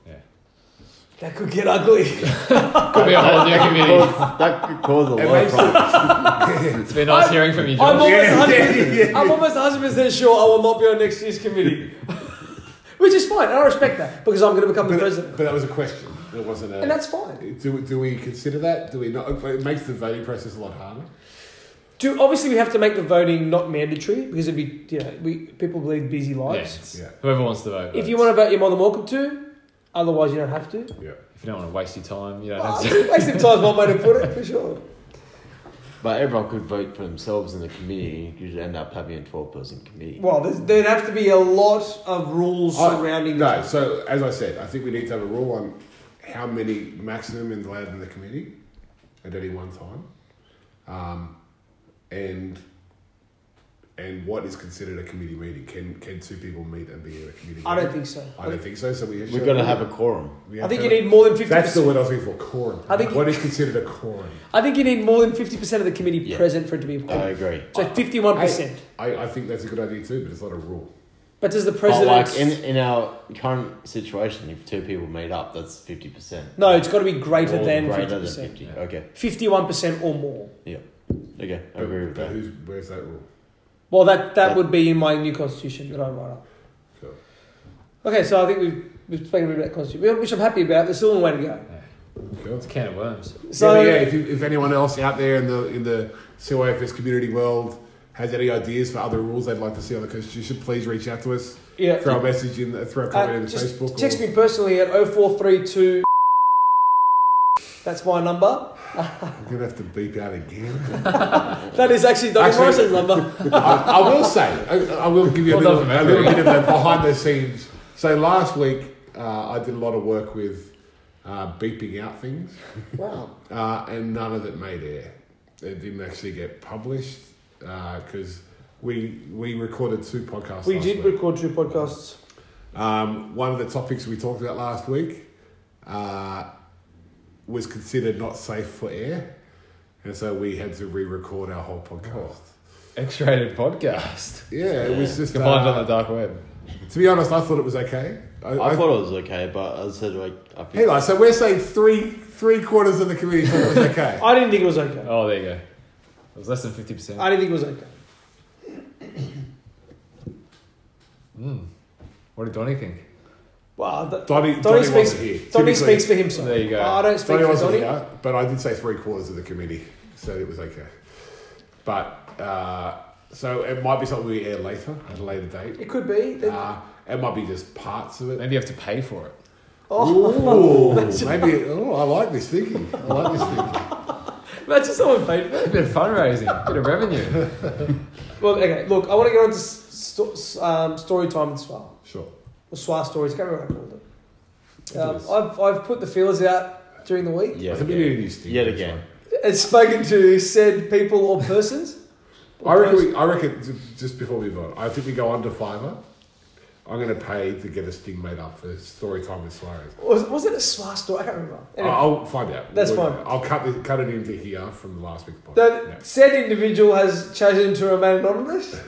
B: That could get ugly.
C: Could be a whole new committee.
E: Cause- that could cause a
D: It
E: lot of
D: makes
E: problems.
C: It's been nice hearing from you,
B: I'm
C: Josh.
B: almost, 100%, I'm almost 100% sure I will not be on next year's committee. [laughs] Which is fine, and I respect that because I'm going to become the
D: But,
B: president.
D: but that was a question. It wasn't a.
B: And that's fine.
D: do, we- do we consider that? Do we not? It makes the voting process a lot harder.
B: Do, obviously, we have to make the voting not mandatory because it'd be, you know, we, people lead busy lives.
C: Yes.
D: Yeah.
C: Whoever wants to vote.
B: If you
C: votes.
B: want to vote, you're more than welcome to. Otherwise, you don't have to.
D: Yeah.
C: if you don't want to waste your time, you don't
B: Ah,
C: have to.
B: it's a waste of time's one way to put it, for sure.
E: But everyone could vote for themselves in the committee. You could end up having a 12 person committee.
B: Well, there's- there'd have to be a lot of rules
D: I-
B: surrounding
D: No,
B: this.
D: so as I said, I think we need to have a rule on how many maximum is allowed in the committee at any one time, um, and and what is considered a committee meeting. Can can two people meet and be in a committee?
B: I
D: meeting?
B: don't think so.
D: I don't think so. So we
E: We're going to have a quorum.
B: I think you need more than 50%.
D: That's the word I was looking for. Quorum.
B: I think-
D: what is considered a quorum?
B: I think you need more than 50% of the committee
E: Yeah.
B: present for it to be
E: I
B: important.
E: agree.
B: so 51%.
D: I, I think that's a good idea too, but it's not a rule.
B: But does the
E: But
B: president?
E: Oh, like in, in our current situation, if two people meet up, that's 50%.
B: no, it's got to be greater
E: Or
B: than
E: greater
B: fifty
E: than
B: percent.
E: 50. Okay.
B: Fifty-one percent or more.
E: Okay. I agree with
D: But
E: that.
D: who's, where's that rule?
B: Well, that, that
E: Yeah.
B: would be in my new constitution that I write up.
D: Cool.
B: Okay, so I think we've we've spoken a bit about constitution, which I'm happy about. There's still a long way to go.
D: Cool.
C: It's a can of worms.
B: So
D: yeah, yeah, if, you, if anyone else out there in the in the CYFS community world has any ideas for other rules they'd like to see on the Constitution, please reach out to us.
B: yeah.
D: Throw a message in, throw a
B: Uh,
D: comment in the
B: just
D: Facebook.
B: text
D: or,
B: me personally at 0432 That's my number.
D: I'm gonna have to beep out again. [laughs]
B: That is actually Donny
D: Actually-
B: Morrison's number.
D: I, I will say, I, I will give you a
C: Well
D: little,
C: done,
D: a
C: man.
D: little bit of the behind the scenes. So last week, uh, I did a lot of work with uh, beeping out things.
B: Wow.
D: uh, and none of it made air. It didn't actually get published because we we recorded two podcasts.
B: We
D: last
B: did
D: week.
B: record two podcasts.
D: um, one of the topics we talked about last week uh, was considered not safe for air, and so we had to re-record our whole podcast.
C: X-rated podcast.
D: Yeah, it was just.
C: You can find it on
D: Uh,
C: the dark web.
D: to be honest, I thought it was okay. I,
E: I thought it was okay, but I said, like, I
D: hey,
E: think
D: like, so we're saying three three quarters of the community thought it was
B: [laughs]
D: okay.
B: I didn't think it was okay.
C: Oh, there you go. It was less than fifty percent.
B: I didn't think it was okay.
C: What did Donnie think?
B: Wow. that-
D: Donnie,
B: Donny
D: Donnie
B: speaks.
D: wasn't here.
B: Donny
D: To be clear.
B: speaks for himself.
C: There you go.
B: I don't speak
D: Donnie
B: for
D: wasn't
B: Donny.
D: here, but I did say three quarters of the committee, so it was okay. But uh, so it might be something we air later at a later date.
B: It could be. They-
D: Uh, it might be just
B: [laughs]
D: parts of it.
C: Maybe you have to pay for it.
D: Ooh, maybe. Oh, I like this thinking. I like this thinking.
B: Imagine someone paid for it.
C: A [laughs] bit of fundraising, a bit of revenue.
B: Well, okay, look, I want to get on to st- st- um, story time and SWA.
D: Sure.
B: Or SWA stories, I can't remember what I called
D: Yes.
B: it. Um, I've, I've put the feelers out during the week
E: Yeah.
D: I think we
E: yeah.
D: need a new stick.
E: Yet again.
B: and spoken to said people or persons.
D: I reckon. We, I reckon. j- Just before we vote, I think we go under fiver, I'm going to pay to get a sting made up for story time with Suarez.
B: Was, was it a swast story? I can't remember.
D: I-
B: Anyway.
D: I'll find out.
B: That's
D: We'll-
B: fine.
D: I'll cut it, cut it into here from the last week's podcast.
B: The
D: Yeah.
B: said individual has chosen to remain anonymous.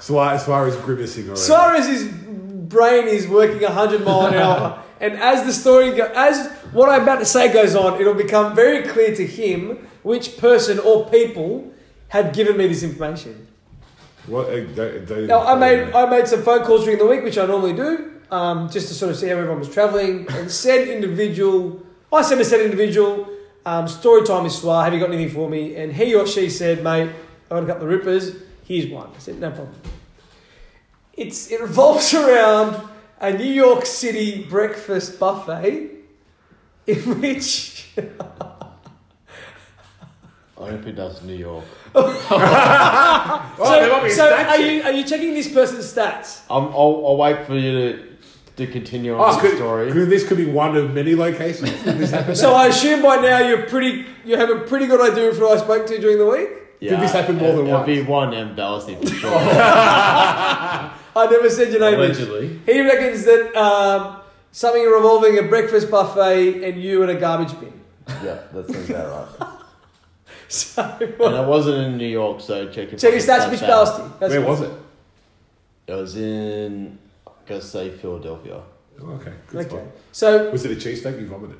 D: Suarez, Suarez grimacing already.
B: Suarez's brain is working 100 mile an hour, and as the story go, as what I'm about to say goes on, it'll become very clear to him which person or people have given me this information.
D: What, uh, don't, don't
B: Now, I made I made some phone calls during the week, which I normally do, um, just to sort of see how everyone was travelling. And said individual, I sent a said individual, um, story time is swar. Have you got anything for me? And he or she said, mate, I got a couple of rippers. Here's one. I said, no problem. It's it revolves [laughs] around a New York City breakfast buffet, in which.
E: I hope he does New York.
D: Oh, there might be
B: so
D: stats
B: are
D: here.
B: you are you checking this person's stats?
E: I'm, Um, I'll, I'll wait for you to, to continue on
D: Oh,
E: the
D: could,
E: story.
D: could- this could be one of many locations. this happened.
B: So I assume by now you're pretty, you have a pretty good idea of who I spoke to during the week.
E: yeah,
D: this happen more than
E: it'll
D: once?
E: be one embarrassing for
D: [laughs]
E: sure.
B: I never said your name.
E: Allegedly.
B: He reckons that um, something revolving a breakfast buffet and you in a garbage bin. [laughs]
E: yeah, that
D: [laughs]
E: sounds about right.
B: So
E: And it wasn't in New York, so check it.
B: check your stats, Mitch Ballsty. That's
D: Where was it?
E: It was in, I gotta say, Philadelphia.
D: Oh, okay. Good
B: Okay.
D: spot.
B: So
D: Was it a cheesesteak? You vomited.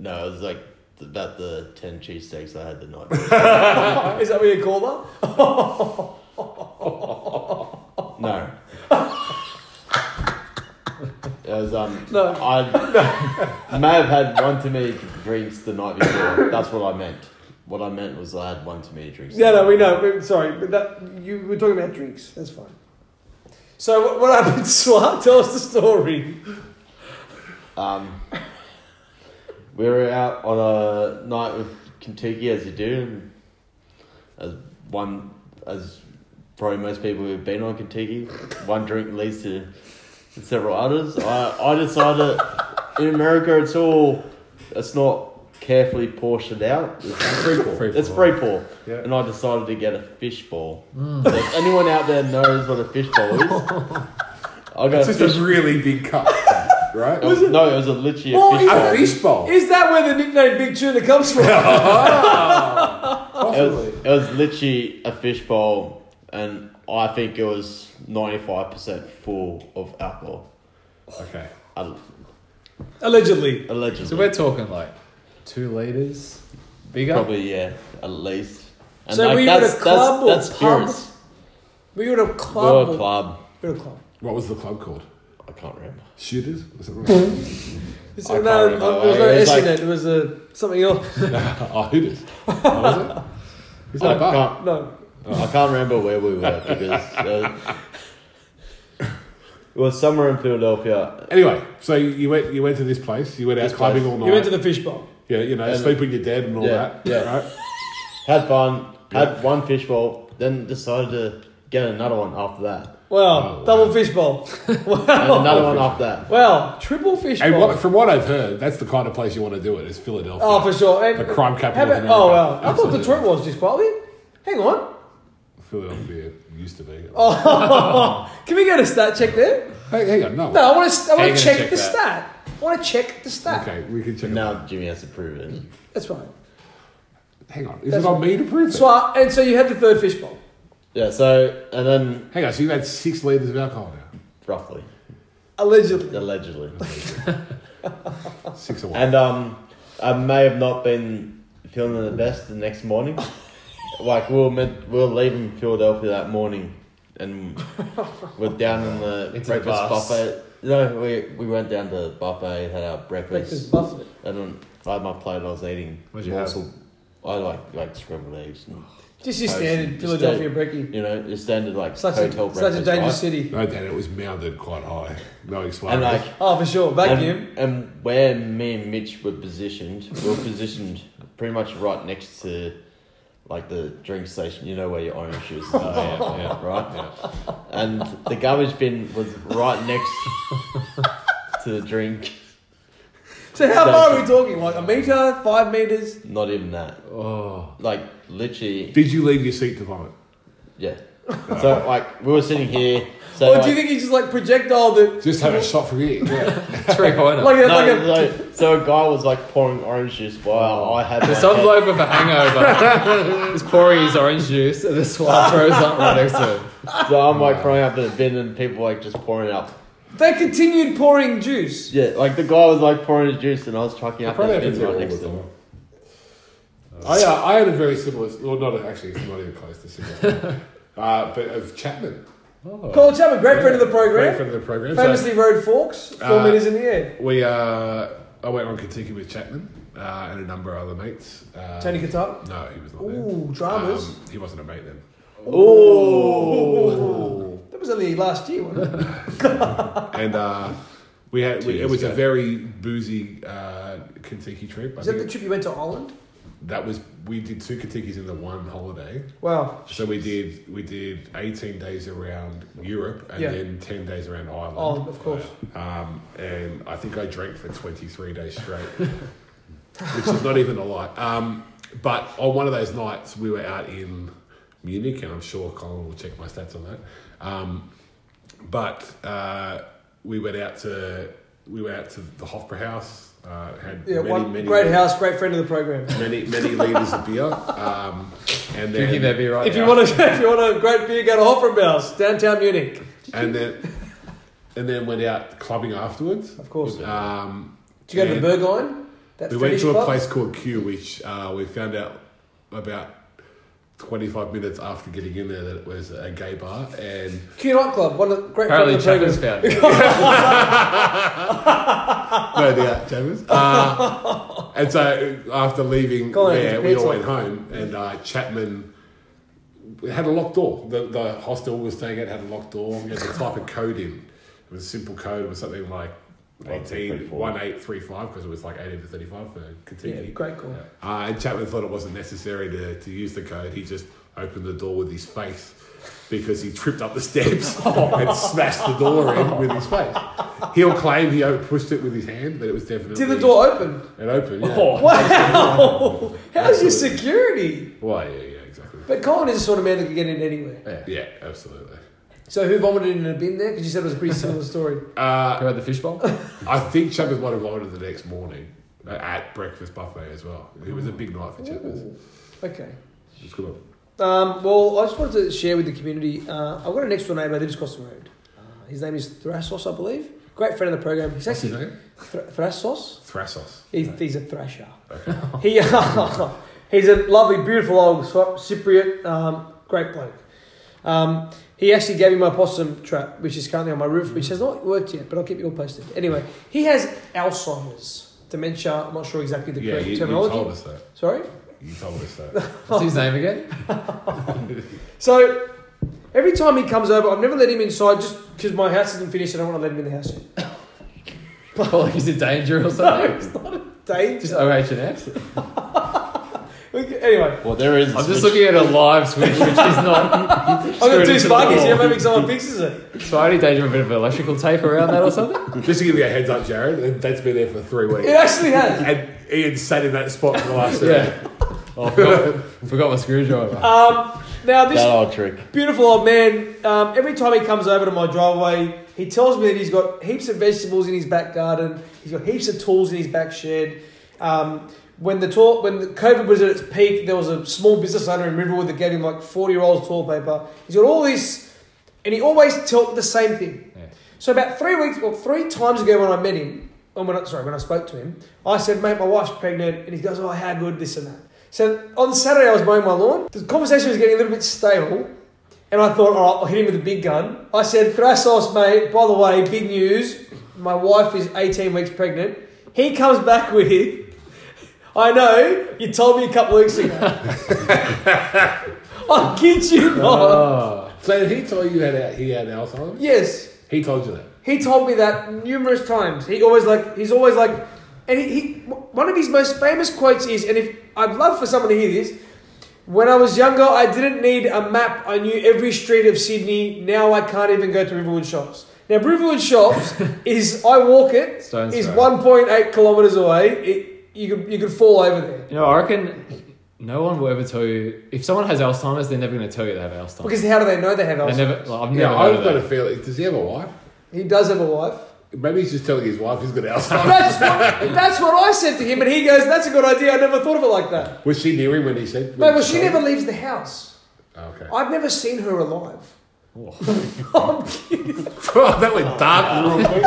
E: No, it was like about the 10 cheesesteaks I had
B: [laughs]
E: the night
B: is that what you call that?
E: No. it was, um,
B: No.
E: I may have had one too many drinks the night before. That's what I meant. What I meant was I had one too many drinks.
B: No, no, we know. We're sorry, but that you we're talking about drinks. That's fine. So what, what happened, [laughs] Swat? Tell us the story.
E: Um, we were out on a night with Kentucky, as you do, and as one, as probably most people who've been on Kentucky, one drink leads to several others. I, I decided in America it's all, it's not carefully portioned out. It's free pour.
C: Free
E: It's
C: pour.
E: free pour.
D: Yeah.
E: And I decided to get a fish ball.
B: Mm.
E: So if anyone out there knows what a fish ball is,
D: [laughs]
E: I got
D: It's
E: a
D: just a
E: fish.
D: really big cup, [laughs] right?
E: it was- no, it was a literally
B: What
E: a
B: is
E: fish ball.
D: a fish bowl.
B: Is that where the nickname Big Tuna comes from?
E: It was,
D: Possibly.
E: it was literally a fishbowl, and I think it was 95% full of alcohol.
D: Okay.
E: al-
B: Allegedly.
E: Allegedly.
C: So we're talking like two liters bigger.
E: Probably, yeah, at least. And
B: So were you at a club or pub?
E: spirits.
B: We were at a
E: We were
B: club.
E: a club.
B: We were at a club.
D: What was the club called?
E: I can't remember.
D: Shooters? Was it right?
B: So
E: I can't
B: no, it
E: remember.
B: was not
E: It
B: S
E: was
B: in
E: like-
B: it. It was uh, something else.
D: oh, Hooters. What was it? Is that
E: I
D: a bar?
E: can't,
B: No.
E: I can't remember where we were because uh, it was somewhere in Philadelphia.
D: Anyway, so you went you went to this place. You went out
E: This
D: clubbing
E: place.
D: all night.
B: You went to the fishbowl.
D: yeah, you know,
E: And-
D: sleep with your dad and all
E: Yeah,
D: that.
E: yeah.
D: Right?
E: Had fun,
D: Yeah.
E: had one fishbowl, then decided to get another one after that.
B: Wow,
D: Oh, wow.
B: double [laughs] fishbowl.
E: And
B: Oh.
E: another one after that.
B: Wow, triple fishbowl.
D: And what, from what I've heard, that's the kind of place you want to do it. Is Philadelphia?
B: oh, for sure. And
D: The crime
B: how
D: capital of
B: about-
D: America.
B: Oh, wow. I thought
D: Absolutely.
B: Detroit was just quietly. Hang on.
D: Philadelphia used to be.
B: Oh. Can we get a stat check there?
D: Hey, hang on, no.
B: No, I want to I
C: How
B: want
C: you gonna
B: to check,
C: check
B: the
C: that?
B: stat. I want to check the stat.
D: Okay, we can check. it out.
E: Now Jimmy has to prove it.
B: That's right.
D: Hang on, is
B: That's-
D: it on me to prove it?
B: So, I- and so you had the third fishbowl.
E: Yeah, so, and then
D: hang on, so you've had six liters of alcohol now,
E: roughly,
B: Allegedly.
E: allegedly.
D: six
B: [laughs]
D: a one.
E: and um, I may have not been feeling the best the next morning. like, we were, meant, we were leaving Philadelphia that morning and we're down in the
C: Into the
E: breakfast
C: bus.
E: buffet. No, we, we went down to the buffet, had our
B: Breakfast
E: breakfast,
B: buffet.
E: and then I had my plate, I was eating.
C: What'd you have?
E: morsel- I like, like scrambled eggs and,
B: Just your
E: Toast.
B: standard
E: Oh, Just
B: Philadelphia
E: a-
B: brekkie.
E: you know, your standard like
B: Such a,
E: hotel breakfast.
B: such a dangerous
E: right?
B: city.
D: no, Dan, it was mounded quite high. No explain.
E: And like,
B: Oh, for sure. Vacuum.
E: And, and where me and Mitch were positioned, we were positioned pretty much right next to like the drink station, you know where your orange juice is,
C: yeah, yeah.
E: right?
C: yeah.
E: And the garbage bin was right next to the drink.
B: So how far are we talking? Like a meter, five meters?
E: Not even that.
C: Oh,
E: Like literally,
D: Did you leave your seat to vomit?
E: yeah. So like we were sitting here. So
B: Or do you
E: like-
B: think he's just like projectile that?
D: Just have a shot from here. Yeah.
C: [laughs] Three pointer.
B: Like, a,
E: no,
B: like a,
E: no, so a guy was like pouring orange juice while
C: [laughs]
E: I had. my
C: There's some
E: head-
C: bloke with a hangover is pouring his orange juice and this one throws up right next to him.
E: So I'm like throwing up in a bin and people like just pouring up.
B: they continued pouring juice.
E: Yeah, like the guy was like pouring his juice and I was chucking up in
D: Probably
E: a
D: happens
E: bin
D: here
E: right
D: all
E: next
D: the
E: to him.
D: time. I, uh, I had a very similar, well, not a- actually, it's not even close
B: [laughs]
D: to similar, uh, but of Chapman,
B: Carl Chapman, great friend of the
D: right
B: program,
D: from the program. So
B: famously rode forks four
D: Uh,
B: meters in the air.
D: we, uh, I went on Kentucky with Chapman uh, and a number of other mates. Uh,
B: Tony Katara.
D: No, he was not there.
B: Ooh, dramas.
D: Um, he wasn't a mate then.
B: That was only last year,
D: [laughs]
B: wasn't it?
D: And uh, we had we, it
E: years
D: was a
E: ago.
D: very boozy uh, Kentucky trip. I
B: Is that
D: think
B: the trip you went to Ireland?
D: that was we did two Kentuckys in the one holiday.
B: Wow.
D: So we did we did eighteen days around Europe and
B: Yeah.
D: then ten days around Ireland.
B: Oh, of course.
D: Um, and I think I drank for twenty three days straight, [laughs] which is not even a lot. Um, but on one of those nights, we were out in Munich, and I'm sure Colin will check my stats on that. Um, but uh, we went out to we went out to the Hofbrauhaus. Uh, had
B: Yeah,
D: many,
B: one
D: many,
B: great house, great friend of the
D: [laughs]
B: program.
D: many many liters of beer, um, and then
C: Drinking their beer right
B: If you
C: now.
B: want to, [laughs] if you want a great beer, go to Hofferbau's, downtown Munich.
D: and then and then went out clubbing afterwards.
B: Of course.
D: Um,
B: Did you go to the
D: and
B: Burgoyne? That
D: We went
B: Finnish
D: to a
B: pub?
D: place called Q, which uh, we found out about twenty five minutes after getting in there that it was a gay bar, and
B: Q nightclub, one of the great friend
C: Apparently
B: of the program.
C: Chapman's found it.
D: no, the uh,
B: [laughs]
D: Chapman's. Uh, and so after leaving
B: Go on,
D: there, we
B: it's
D: all went home, and uh, Chapman. It had a locked door. The, the hostel we were staying at had a locked door. We had the type of code in. It was a simple code. It was something like 18,
E: 1834.
D: 1835 because it was like 18 to 35 for
B: Yeah,
D: Kentucky.
B: great call.
D: Uh, and Chapman thought it wasn't necessary to, to use the code. He just opened the door with his face because he tripped up
B: [laughs]
D: the steps and smashed the door in with his face. He'll claim he o- pushed it with his hand, but it was definitely.
B: Did the door Oh, open?
D: It opened,
B: [laughs]
D: yeah.
B: Wow! How's your security?
D: Well, yeah, yeah, exactly.
B: But Colin is the sort of man that can get in anywhere.
D: Yeah, absolutely.
B: So who vomited in a bin there? Because you said it was a pretty similar
D: [laughs]
B: story.
D: Uh,
C: Who had the fishbowl?
D: I think Chapman's might have vomited the next morning uh, at breakfast buffet as well. It was a big night for Chapman's.
B: Okay.
D: It was good.
B: Um, well, I just wanted to share with the community. Uh, I've got a next door neighbour that just crossed the road. Uh, his name is Thrassos, I believe. Great friend of the program. He's
D: What's his
B: actually
D: name?
B: Thr- Thrassos.
D: Thrassos.
B: He's, he's a thrasher. [laughs] he, he's a lovely, beautiful old Cy- Cypriot, um, great bloke. Um, he actually gave me my possum trap, which is currently on my roof, which has not worked yet, but I'll keep you all posted. Anyway, he has Alzheimer's, dementia. I'm not sure exactly the
D: Yeah,
B: correct
D: you, you
B: terminology.
D: told us that.
B: Sorry.
D: You told us that.
C: What's his name again?
B: [laughs] So every time he comes over, I've never let him inside just because my house isn't finished. and I don't want to let him in the house. yet.
C: Or like he's in danger or something?
B: Dave.
C: Just OH&S?
B: Okay, Anyway,
E: Well, there is. a
C: I'm
E: switch.
C: just looking at a live switch, which is not. [laughs]
B: I've got
C: Screwed
B: two
C: into the
B: sparkies here.
C: wall.
B: Maybe someone fixes it.
C: So I only danger a bit of electrical tape around that or something.
D: Just to give you a heads up, Jared, that's been there for three weeks.
B: It actually has.
D: And Ian sat in that spot for the last yeah.
C: Yeah. Oh, I forgot, forgot my screwdriver.
B: Um, now this
E: that old trick.
B: beautiful old man. Um, every time he comes over to my driveway, he tells me that he's got heaps of vegetables in his back garden. He's got heaps of tools in his back shed. Um, when the tour, when the COVID was at its peak, there was a small business owner in Riverwood that gave him like forty year old toilet paper. He's got all this, and he always told the same thing.
C: Yeah.
B: So about three weeks, well, three times ago when I met him, and when I, sorry, when I spoke to him, I said, "Mate, my wife's pregnant," and he goes, "Oh, how good this and that." So on Saturday, I was mowing my lawn. The conversation was getting a little bit stale, and I thought, all right, I'll hit him with a big gun. I said, Thrassos, mate, by the way, big news. My wife is 18 weeks pregnant. He comes back with, [laughs] I know, you told me a couple weeks ago. [laughs] I kid you not.
C: Oh.
D: So did he tell you that he had Alzheimer's?
B: Yes.
D: He told you that.
B: He told me that numerous times. He always like he's always like, and he, he one of his most famous quotes is, and if I'd love for someone to hear this. When I was younger, I didn't need a map. I knew every street of Sydney. Now I can't even go to Riverwood Shops. Now Riverwood
C: [laughs]
B: Shops is I walk it is
C: Stone's throw.
B: one point eight kilometers away. It, you could you could fall over there.
C: You know, I reckon no one will ever tell you. If someone has Alzheimer's, they're never going to tell you they have Alzheimer's.
B: Because how do they know they have
C: they
B: Alzheimer's?
C: never. Like, I've never.
D: Yeah,
C: heard
D: I've
C: of
D: got a
C: that.
D: feeling. Does he have a wife?
B: He does have a wife.
D: Maybe he's just telling his wife he's got Alzheimer's. [laughs]
B: That's what, that's what I said to him, and he goes, "That's a good idea. I never thought of it like that."
D: Was she near him when he said?
B: No, well, she never leaves the house.
D: Oh, okay.
B: I've never seen her alive.
D: Oh, [laughs] that went dark real quick.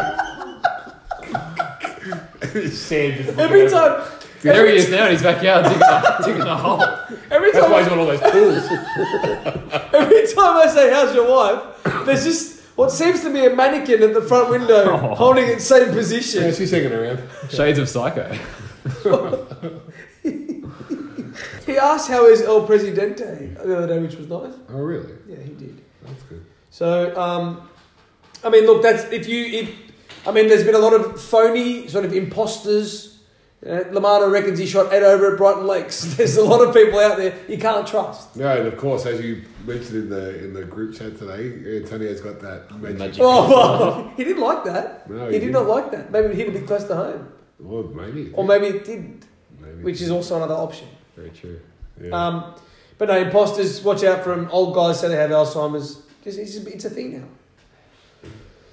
D: Sand just
B: Every time,
C: There he is now in his backyard digging a, digging a hole.
D: [laughs]
B: every
D: That's
B: time,
D: why he's
B: I,
D: got all those tools.
B: every time I say, "How's your wife?" There's just what seems to be a mannequin at the front window, holding its same
D: [laughs] yeah,
B: position.
D: she's hanging around.
C: Shades of Psycho.
B: He asked, "How is El Presidente?" the other day, which was nice.
D: Oh, really?
B: Yeah, he did.
D: That's good.
B: So, um, I mean, look, that's if you, if, I mean, there's been a lot of phony sort of imposters. Uh, Lamana reckons he shot eight over at Brighton Lakes. [laughs] There's a lot of people out there you can't trust.
D: No, and of course, as you mentioned in the in the group chat today, Antonio's got that magic.
E: Magic.
B: Oh, wow. he didn't like that. he,
D: No, he
B: did
D: didn't.
B: not like that. Maybe it hit a bit close to home,
D: Well, maybe.
B: or maybe it didn't,
D: maybe.
B: which is also another option.
C: Very true.
D: Yeah.
B: Um, but no, imposters, watch out for 'em. Old guys say they have Alzheimer's. 'Cause It's, it's a thing now.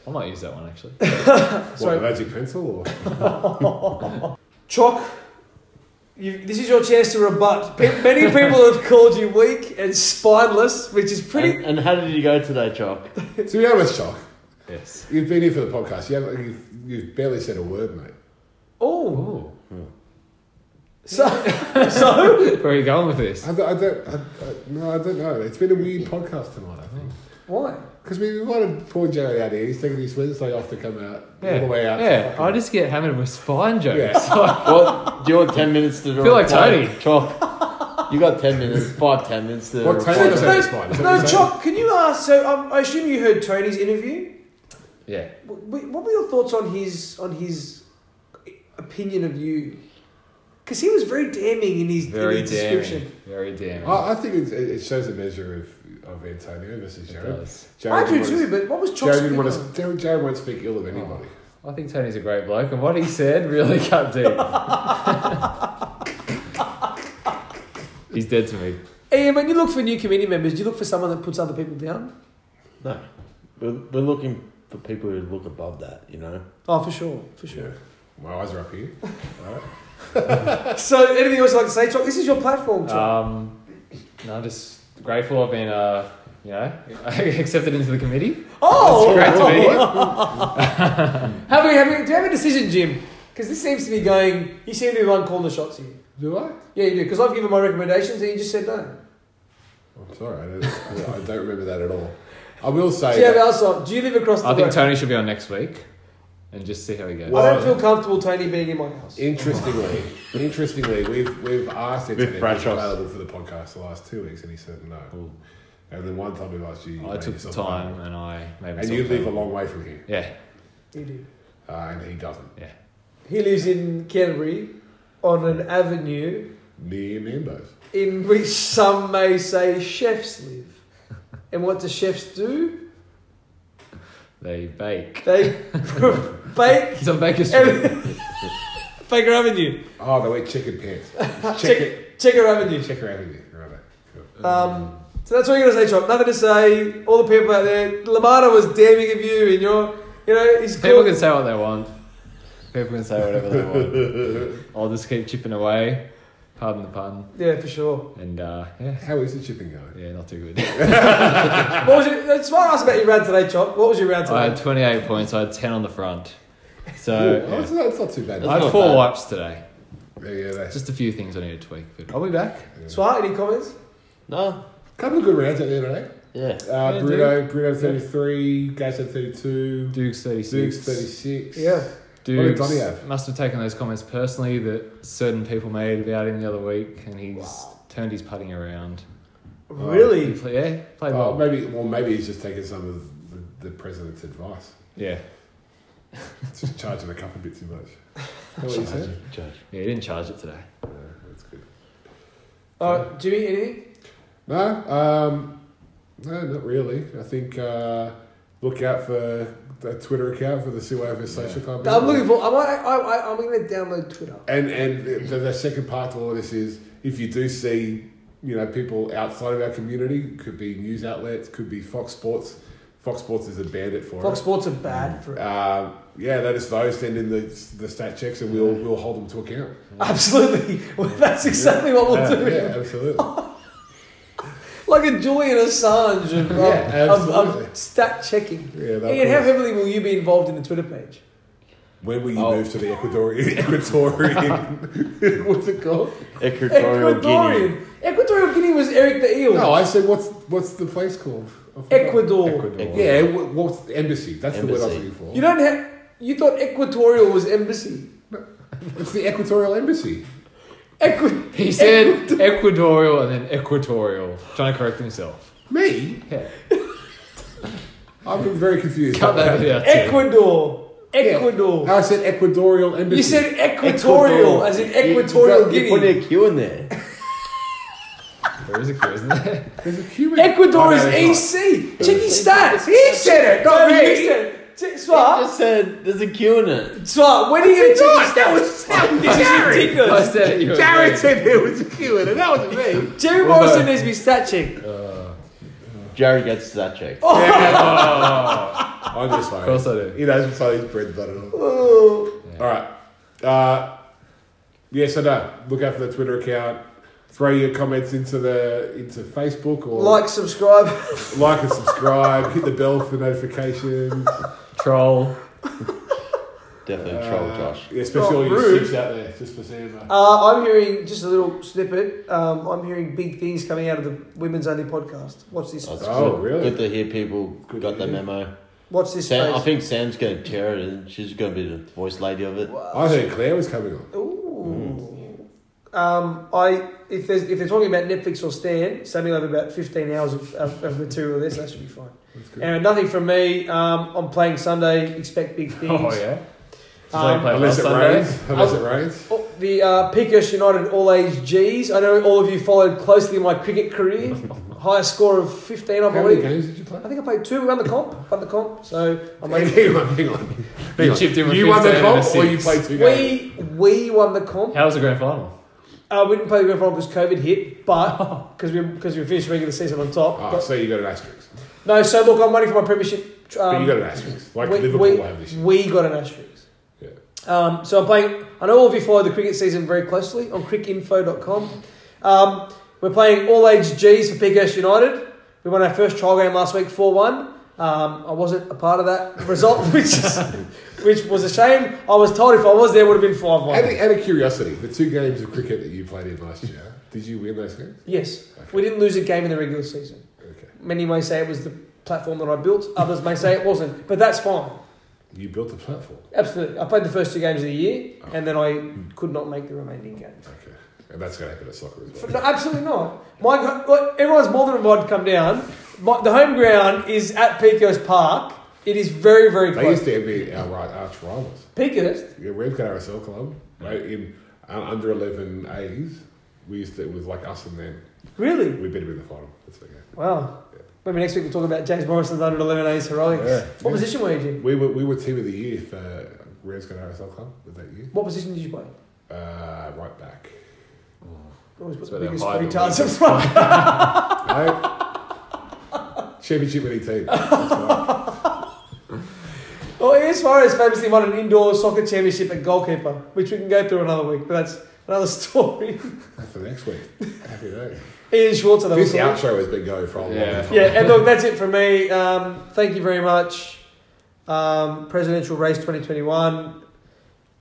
C: I might use that one actually.
D: what,
B: sorry.
D: a magic pencil? Or? [laughs]
B: Chalk, you, this is your chance to rebut. Pe- many people have called you weak and spineless, which is pretty.
E: And, and how did you go today, Chalk?
D: to be honest, Shock,
C: Yes.
D: you've been here for the podcast. You haven't, you've, you've barely said a word, mate.
B: Oh,
C: Ooh.
B: so so
C: Where are you going with this?
D: I, don't- I don't. I, I, no, I don't know. It's been a weird podcast tonight. I think
B: why?
D: because we wanted poor Jerry out here. He's taking his Wednesday off to come out all the way out. to
C: Yeah.
D: fucking-
C: I just get hammered with spine jokes. [laughs]
D: Yeah.
C: So-
E: What? Do you want 10 minutes to
C: Feel like
E: reply?
C: Tony.
E: Chalk. You got 10 minutes, five, 10 minutes to.
D: What
E: reply.
D: Tony
B: So,
D: doesn't have his spine. is that what
B: No,
D: you're saying?
B: Chalk, can you ask? So um, I assume you heard Tony's interview.
C: yeah.
B: Wh- wh- What were your thoughts on his on his opinion of you? Because he was very damning in his, in
C: Very
B: his
C: damning.
B: description.
C: Very damning.
D: I, I think it, it it shows a measure of, of Antonio versus Jared.
C: does.
D: Jared
B: I do
D: wants-
B: too, but what was Chalk's
D: Jared, didn't
B: opinion?
D: want
B: on?
D: to, Jared, Jared won't speak ill of anybody.
C: I think Tony's a great bloke, and what he said really [laughs] cut
D: [laughs]
C: deep. He's dead to me.
B: Ian, when you look for new committee members, do you look for someone that puts other people down?
E: No. We're, we're looking for people who look above that, you know?
B: Oh, for sure, for sure.
D: Yeah. My eyes are up here. All right.
B: [laughs] So, anything else you'd like to say, Chalk? This is your platform, Chalk.
C: Um, no, I'm just grateful I've been, uh, you know, [laughs] accepted into the committee.
B: oh,
C: Great to be here.
B: have we, have we, do you have a decision, Jim? Because this seems to be going. You seem to be the one calling the shots here.
D: Do I?
B: Yeah, you do. Because I've given my recommendations and you just said no.
D: I'm sorry. I don't, I don't remember that at all. I will say.
B: Do you have
D: that-
B: Alzheimer's? Do you live across the
C: I think
B: road?
C: Tony should be on next week, and just see how he goes.
B: I don't feel comfortable Tony being in my house.
D: Interestingly, interestingly, we've we've asked him
E: With
D: if he's
E: Bradshaw's.
D: available for the podcast the last two weeks, and he said no. And then one time we asked you, you
C: I
D: made
C: took the
D: yourself
C: time
D: available.
C: and I made
D: and
C: myself.
D: you live a
C: available.
D: long way from here,
C: Yeah,
B: You do.
D: uh, and he doesn't.
C: yeah.
B: He lives in Canterbury on an avenue
D: Near Nando's.
B: in which some may say chefs live. And what do chefs do?
C: They
D: [laughs]
C: bake.
B: They [laughs] bake
C: He's on Baker Street.
B: Baker Avenue.
D: Oh, they wear checkered pants.
B: Check,
D: Checker,
B: Checker Avenue.
D: checker avenue. Right. Cool.
B: Um, so that's what you're gonna say, Chop. Nothing to say. All the people out there. Lamada was damning of you, and you're, you know, he's
C: People
B: called.
C: can say what they want. People can say whatever they want. I'll just keep chipping away. Pardon the pun.
B: Yeah, for sure.
C: And uh, yeah,
D: How is the chipping going?
C: yeah, not too good.
D: [laughs]
B: What was it? That's why I asked about your uh, round today, Chop. What was your round
C: I
B: today?
C: had 28 points. I had 10 on the front. So
D: Ooh,
C: Uh, yeah.
D: oh, it's, not, it's not too bad.
C: I had
E: not
C: four
E: bad.
C: wipes today.
D: Yeah, yeah, that's
C: Just a few things I need to tweak. But I'll be back.
B: Swat, any comments?
E: [laughs] No.
D: a couple of good rounds out there today.
E: Yeah.
D: Uh,
C: Yeah,
D: Bruno, Bruno 33, Gates at 32,
C: Duke's 36.
D: Zooks 36.
B: Yeah.
C: Dude
D: What did Donny have?
C: must have taken those comments personally that certain people made about him the other week, and he's turned his putting around. He
B: Really?
C: play, yeah, played
D: Oh,
C: well.
D: maybe, well, maybe he's just taking some of the, the president's advice.
C: Yeah,
D: It's [laughs] just charging a couple a bit too much. Is that what you said?
E: Judge.
C: yeah, he didn't charge it today.
D: Yeah, that's good.
B: Uh, Jimmy, anything?
D: No, um, no, not really. I think uh, look out for the Twitter account for the CYFS Social Club.
B: I'm looking for. I might, I, I, I'm going to download Twitter.
D: And and the, the second part to all this is if you do see, you know, people outside of our community, could be news outlets, could be Fox Sports. Fox Sports is a bandit for
B: Fox
D: it.
B: Sports are bad for it.
D: Uh, yeah, notice those. Send in the the stat checks, and we'll we'll hold them to account.
B: Absolutely. [laughs] Well, that's exactly what we'll
D: Yeah,
B: do.
D: yeah, absolutely.
B: Like a Julian Assange of, um,
D: Yeah,
B: of,
D: absolutely.
B: of stat checking.
D: Yeah, that
B: Ian, how
D: was-
B: heavily will you be involved in the Twitter page?
D: When will you
E: Oh.
D: move to the Ecuadorian? [laughs] Equatorian what's it called?
E: Equatorial Guinea.
B: Equatorial Guinea was Eric the Eel.
D: No, I said what's what's the place called? I forgot.
B: Ecuador.
E: Ecuador.
D: Yeah, wh- what's embassy? That's the word I was
E: Embassy.
D: looking for.
B: You don't have. You thought Equatorial was embassy.
D: it's the Equatorial Embassy. [laughs]
B: Equi-
C: He said equatorial and then equatorial, trying to correct
D: [laughs]
C: himself.
D: Me?
C: Yeah.
D: I've been very confused.
C: Cut
D: about
C: that video out. too.
B: Ecuador.
D: Yeah.
B: Ecuador.
D: I said Ecuadorial Embassy.
B: You said equatorial,
E: Ecuador.
B: as in
E: You- you
B: Equatorial
E: got-
B: Guinea.
E: You put a Q in there.
C: There is a Q, isn't there? [laughs]
D: There's a Cuban.
B: Ecuador
C: Oh,
B: is
C: no, it's
B: EC. Check his stats. He said it. No,
E: No,
B: he
E: he-
B: said it. Che-
E: You
B: Swa,
E: just said there's a Q in it.
B: Swa, when are you going to check his stats? This is
C: I
B: ridiculous.
C: said you were
D: Jared
C: right.
D: said there was a Q in it. That was me.
B: Jerry
C: Well,
B: Morrison
C: no.
B: needs to be stat checked.
E: Jared gets that check.
B: Oh.
D: I'm just fine.
C: Of course I do.
D: He knows what's on his bread and butter.
B: Oh.
D: All right. Uh, yes, I know. Look out for the Twitter account. Throw your comments into the into Facebook or
B: Like, subscribe.
D: like and subscribe. hit the bell
C: [laughs]
D: for notifications.
C: Troll.
E: Definitely troll
D: Uh,
E: Josh.
D: Yeah, especially
B: Not
D: all you
B: rude.
D: six out there, just for seeing that.
B: Uh, I'm hearing just a little snippet. Um, I'm hearing big things coming out of the Women's Only podcast. Watch this.
E: That's
D: Oh,
E: good.
D: really?
E: Good to hear people
D: Good
E: got
D: to
E: the
D: hear.
E: memo.
B: Watch this.
E: Sam, I
B: Space.
E: think Sam's going to tear it and she's going to be the voice lady of it.
D: I heard Claire was coming on.
B: Ooh. Um, I if there's if they're talking about Netflix or Stan, Sammy will have about 15 hours of, of, of material there, so that should be fine.
D: That's good.
B: Anyway, nothing from me. Um, I'm playing Sunday. Expect big things.
C: Oh, yeah. Just
B: Um,
C: like play
D: Unless
C: last
D: it
C: Sunday.
D: rains. Unless it rains.
B: Oh, The uh, Pickish United All Age Gs. I know all of you followed closely my cricket
D: [laughs]
B: career. Highest score of 15, I
D: How many
B: believe.
D: games did you play?
B: I think I played two. We won the comp. Won the comp. So I'm
D: [laughs] Hang
B: waiting.
D: on, hang on. Hang
C: You
D: on.
C: chipped in with
D: You won the
C: 15 and a
D: comp or you
C: six.
D: played two games?
B: We we won the comp.
C: How was the grand final?
B: Uh, we didn't play the grand final because COVID hit,
D: [laughs]
B: but because we because we finished regular season on top.
D: Ah,
B: But-
D: so you got an asterisk.
B: no, so look, I'm waiting for my premiership.
D: But
B: Um,
D: you got an asterisk. Like
B: we,
D: Liverpool
B: we,
D: have this year.
B: we got an asterisk.
D: Yeah.
B: Um, so I'm playing. I know all of you follow the cricket season very closely on crickinfo.com. Um, we're playing all age Gs for Pickhurst United. We won our first trial game last week, four one. Um, I wasn't a part of that [laughs] result, which is, which was a shame. I was told if I was there, it would have been five
D: Out of,
B: one.
D: out of curiosity, the two games of cricket that you played in last year, did you win those games?
B: Yes, we didn't lose a game in the regular season.
D: Okay.
B: Many may say it was the platform that I built. Others may say it wasn't, but that's fine.
D: You built the platform.
B: Absolutely, I played the first two games of the year,
D: Oh.
B: and then I could not make the remaining games.
D: Okay. And that's going to happen at soccer as well.
B: No, absolutely not. My like, everyone's more than invited to come down. My, the home ground is at Pecos Park. It is very, very
D: They
B: close.
D: used to be our right arch rivals.
B: Pecos.
D: Yeah, we've got our RSL club right, in uh, under 11 A's. We used to, it was like us and them.
B: Really?
D: We beat them in the final. That's okay.
B: Wow. Maybe next week we'll talk about James Morrison's 111 A's heroics.
D: Yeah.
B: What position were you, Jim?
D: We were, we were team of the year for Rev's got RSL club with that year.
B: What position did you play?
D: Uh, right back.
B: Always put
C: It's
B: the
C: about that
B: biggest
C: high that
B: retards
C: we-
B: in front.
D: No. Championship winning team. That's right.
B: [laughs] Well, Ian Suarez famously won an indoor soccer championship at goalkeeper, which we can go through another week, but that's another [laughs] story.
D: That's for next week. Happy day.
B: Ian Schwarzer, that
D: This
B: was all.
D: outro has been going for a long
C: Yeah.
D: time.
B: Yeah, and look, that's it from me. Um, thank you very much. Um, presidential race 2021.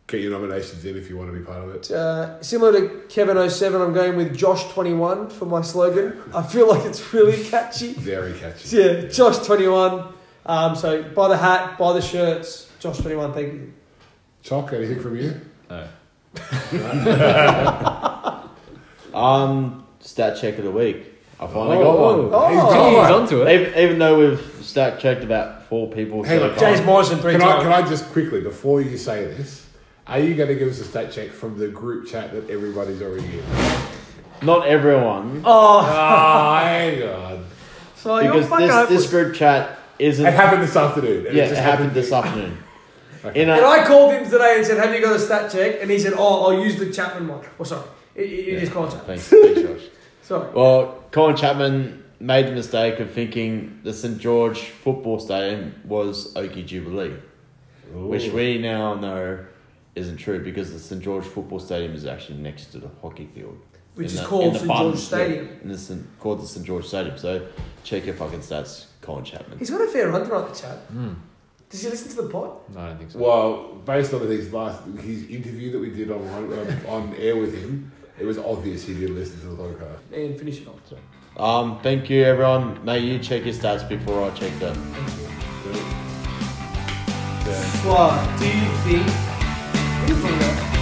D: Get your nominations in if you want to be part of it.
B: Uh, similar to Kevin 07, I'm going with Josh 21 for my slogan. I feel like it's really catchy.
D: Very catchy.
B: Yeah, Josh 21. Um, so buy the hat, buy the shirts. Josh 21, thank you.
D: Chalk, anything from you?
C: No.
E: Um, stat check of the week. I finally got
D: Oh.
E: one.
D: He's
B: Oh,
D: got
C: He's
D: one.
C: onto it.
E: Even, even though we've stat checked about four people
D: Hang
E: so
D: on,
E: far.
B: James Morrison three
D: Can I,
B: times.
D: can I just quickly, before you say this, are you going to give us a stat check from the group chat that everybody's already in?
E: [laughs] not everyone,
B: Oh,
D: Oh, hang on.
B: so Oh, you're
E: because
B: fucking
E: this,
B: hopeless.
E: this group chat isn't.
D: It happened this afternoon. and
E: yeah, it,
D: just
E: happened
D: [laughs]
E: this afternoon. In
B: And
E: a,
B: I called him today and said, Have you got a stat check? And he said, Oh, I'll use the Chapman one. Well, sorry. It, it, it is Colin Chapman.
E: Thanks, thanks, Josh.
B: Sorry.
E: Well, Colin Chapman made the mistake of thinking the St George Football Stadium was Oakey Jubilee, which we now know isn't true because the St George Football Stadium is actually next to the hockey field.
B: Which
E: In
B: is
E: the-
B: called
E: in the
B: St
E: bottom-
B: George Stadium.
E: Yeah, in the St, called the St George Stadium. So check your fucking stats, Colin Chapman.
B: He's got a fair run throughout the chat.
C: Mm.
B: Does he listen to the pod?
C: No, I don't think so.
D: Well, based on his last his interview that we did on on, on air with him, it was obvious he didn't listen to the podcast.
B: And finish it off.
E: Um, thank you, everyone. May you check your stats before I check them.
B: Why do you think? What are you talking about?